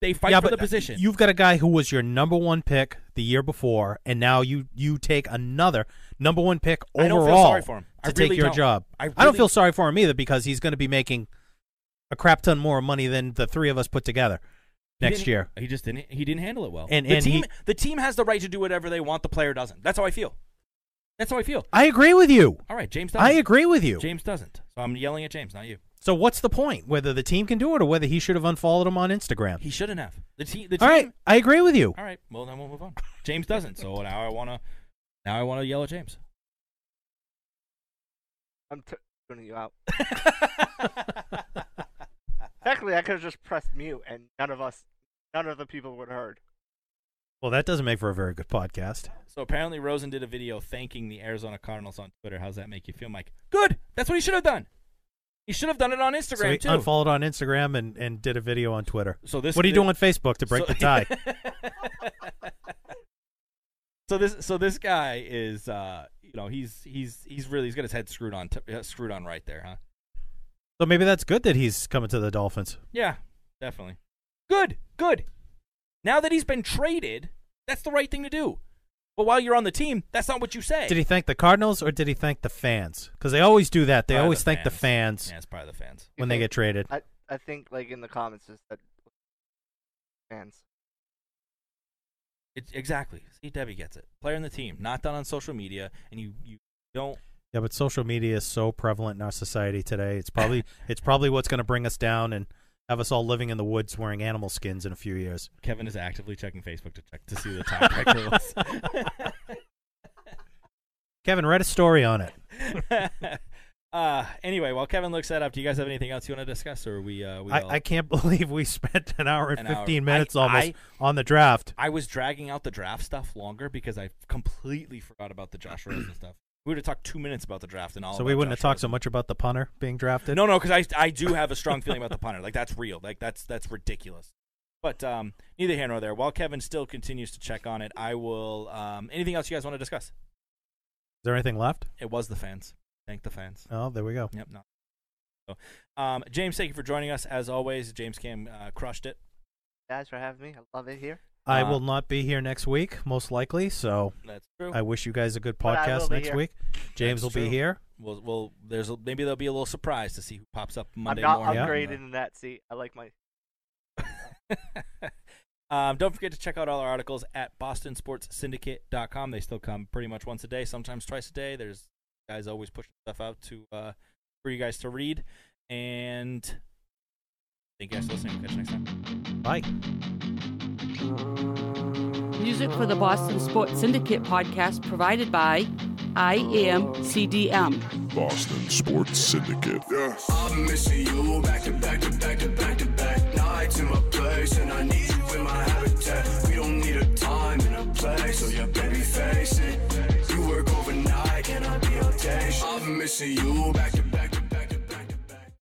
Speaker 4: they fight
Speaker 5: yeah,
Speaker 4: for
Speaker 5: but
Speaker 4: the position.
Speaker 5: You've got a guy who was your number one pick the year before, and now you you take another number one pick
Speaker 4: I
Speaker 5: overall
Speaker 4: don't feel sorry for him. I
Speaker 5: to
Speaker 4: really
Speaker 5: take your
Speaker 4: don't.
Speaker 5: job.
Speaker 4: I
Speaker 5: don't
Speaker 4: really-
Speaker 5: feel sorry for him either because he's going to be making a crap ton more money than the three of us put together
Speaker 4: He
Speaker 5: next
Speaker 4: didn't-
Speaker 5: year.
Speaker 4: he just didn't. He didn't handle it well.
Speaker 5: And-
Speaker 4: the
Speaker 5: and
Speaker 4: team,
Speaker 5: he-
Speaker 4: the team has the right to do whatever they want. The player doesn't. That's how I feel. That's how I feel.
Speaker 5: I agree with you.
Speaker 4: All right, James. Doesn't.
Speaker 5: I agree with you.
Speaker 4: James doesn't. So I'm yelling at James, not you.
Speaker 5: So what's the point? Whether the team can do it or whether he should have unfollowed him on Instagram.
Speaker 4: He shouldn't have. The, te- the team.
Speaker 5: All right, I agree with you.
Speaker 4: All right. Well, then we'll move on. James doesn't. So now I wanna. Now I wanna yell at
Speaker 5: <laughs>
Speaker 4: James.
Speaker 6: I'm t- tuning you out. Technically, I could have just pressed mute, and none of us, none of the people would have heard.
Speaker 5: Well, that doesn't make for a very good podcast.
Speaker 4: So apparently Rosen did a video thanking the Arizona Cardinals on Twitter. How's that make you feel, Mike? Good. That's what he should have done. He should have done it on
Speaker 5: so he
Speaker 4: Instagram too.
Speaker 5: unfollowed on Instagram and, and did a video on Twitter.
Speaker 4: So this-
Speaker 5: what do you
Speaker 4: thi-
Speaker 5: do on Facebook to break
Speaker 4: So- <laughs>
Speaker 5: the tie?
Speaker 4: so this so this guy is uh you know he's he's he's really he's got his head screwed on t- uh, screwed on right there, huh?
Speaker 5: So maybe that's good that he's coming to the Dolphins.
Speaker 4: Yeah, definitely. Good, good. Now that he's been traded, that's the right thing to do. But while you're on the team, that's not what you say.
Speaker 5: Did he thank the Cardinals or did he thank the fans? Because they always do that. They
Speaker 4: Probably
Speaker 5: always thank the fans
Speaker 4: Yeah, it's probably the fans.
Speaker 5: when they
Speaker 6: Okay.
Speaker 5: get traded.
Speaker 6: I, I think like in the comments is that fans.
Speaker 4: It's exactly. See, Debbie gets it. Player in the team, not done on social media, and you you don't.
Speaker 5: Yeah, but social media is so prevalent in our society today.
Speaker 4: <laughs>
Speaker 5: It's probably it's probably what's going to bring us down and have us all living in the woods wearing animal skins in a few years.
Speaker 4: Kevin is actively checking Facebook to check to see the <laughs> time track
Speaker 5: <laughs> Kevin, write a story on it.
Speaker 4: rules. uh, anyway, while Kevin looks that up, do you guys have anything else you want to discuss, or are we uh, we? all-
Speaker 5: I, I can't <laughs> believe we spent an hour and
Speaker 4: An hour.
Speaker 5: 15
Speaker 4: I-
Speaker 5: minutes almost
Speaker 4: I-
Speaker 5: on the draft.
Speaker 4: I was dragging out the draft stuff longer because I completely forgot about the Josh Rosen stuff. We would have talked two minutes about the draft and all.
Speaker 5: So we
Speaker 4: about
Speaker 5: wouldn't have
Speaker 4: Oh, Josh
Speaker 5: talked so
Speaker 4: Rosen.
Speaker 5: much about the punter being drafted.
Speaker 4: No, no, because I I do have a strong feeling about the punter. Like that's real. Like that's that's ridiculous. But um, neither here nor there. While Kevin still continues to check on it, I will. Um, anything else you guys want to discuss?
Speaker 5: Is there anything left?
Speaker 4: It was the fans. Thank the fans.
Speaker 5: Oh, there we go.
Speaker 4: Yep. No. So, um, James, thank you for joining us as always. James Cam uh, crushed it.
Speaker 6: Guys for having me. I love it here.
Speaker 5: I
Speaker 4: Uh,
Speaker 5: will not be here next week, most likely. So
Speaker 4: That's true.
Speaker 5: I wish you guys a good
Speaker 6: But I will
Speaker 5: podcast
Speaker 6: be
Speaker 5: next
Speaker 6: here.
Speaker 5: week. James
Speaker 4: That's
Speaker 5: will be
Speaker 4: true.
Speaker 5: here.
Speaker 4: We'll, we'll there's a, maybe there'll be a little surprise to see who pops up Monday
Speaker 6: I'm not
Speaker 4: morning.
Speaker 6: upgraded in that seat. I like my.
Speaker 4: <laughs> um, don't forget to check out all our articles at bostonsportssyndicate.com. They still come pretty much once a day, sometimes twice a day. There's guys always pushing stuff out to uh, for you guys to read. And thank you guys for listening. Catch you next time.
Speaker 5: Bye.
Speaker 1: Music for the Boston Sports Syndicate podcast provided by IMCDM.
Speaker 2: Boston Sports Syndicate.
Speaker 3: I'm missing you back to back to back to back to back nights in my place, and I need you in my habitat. We don't need a time and a place, so yeah, baby, face it. You work overnight, can I be your patient? I'm missing you back to back.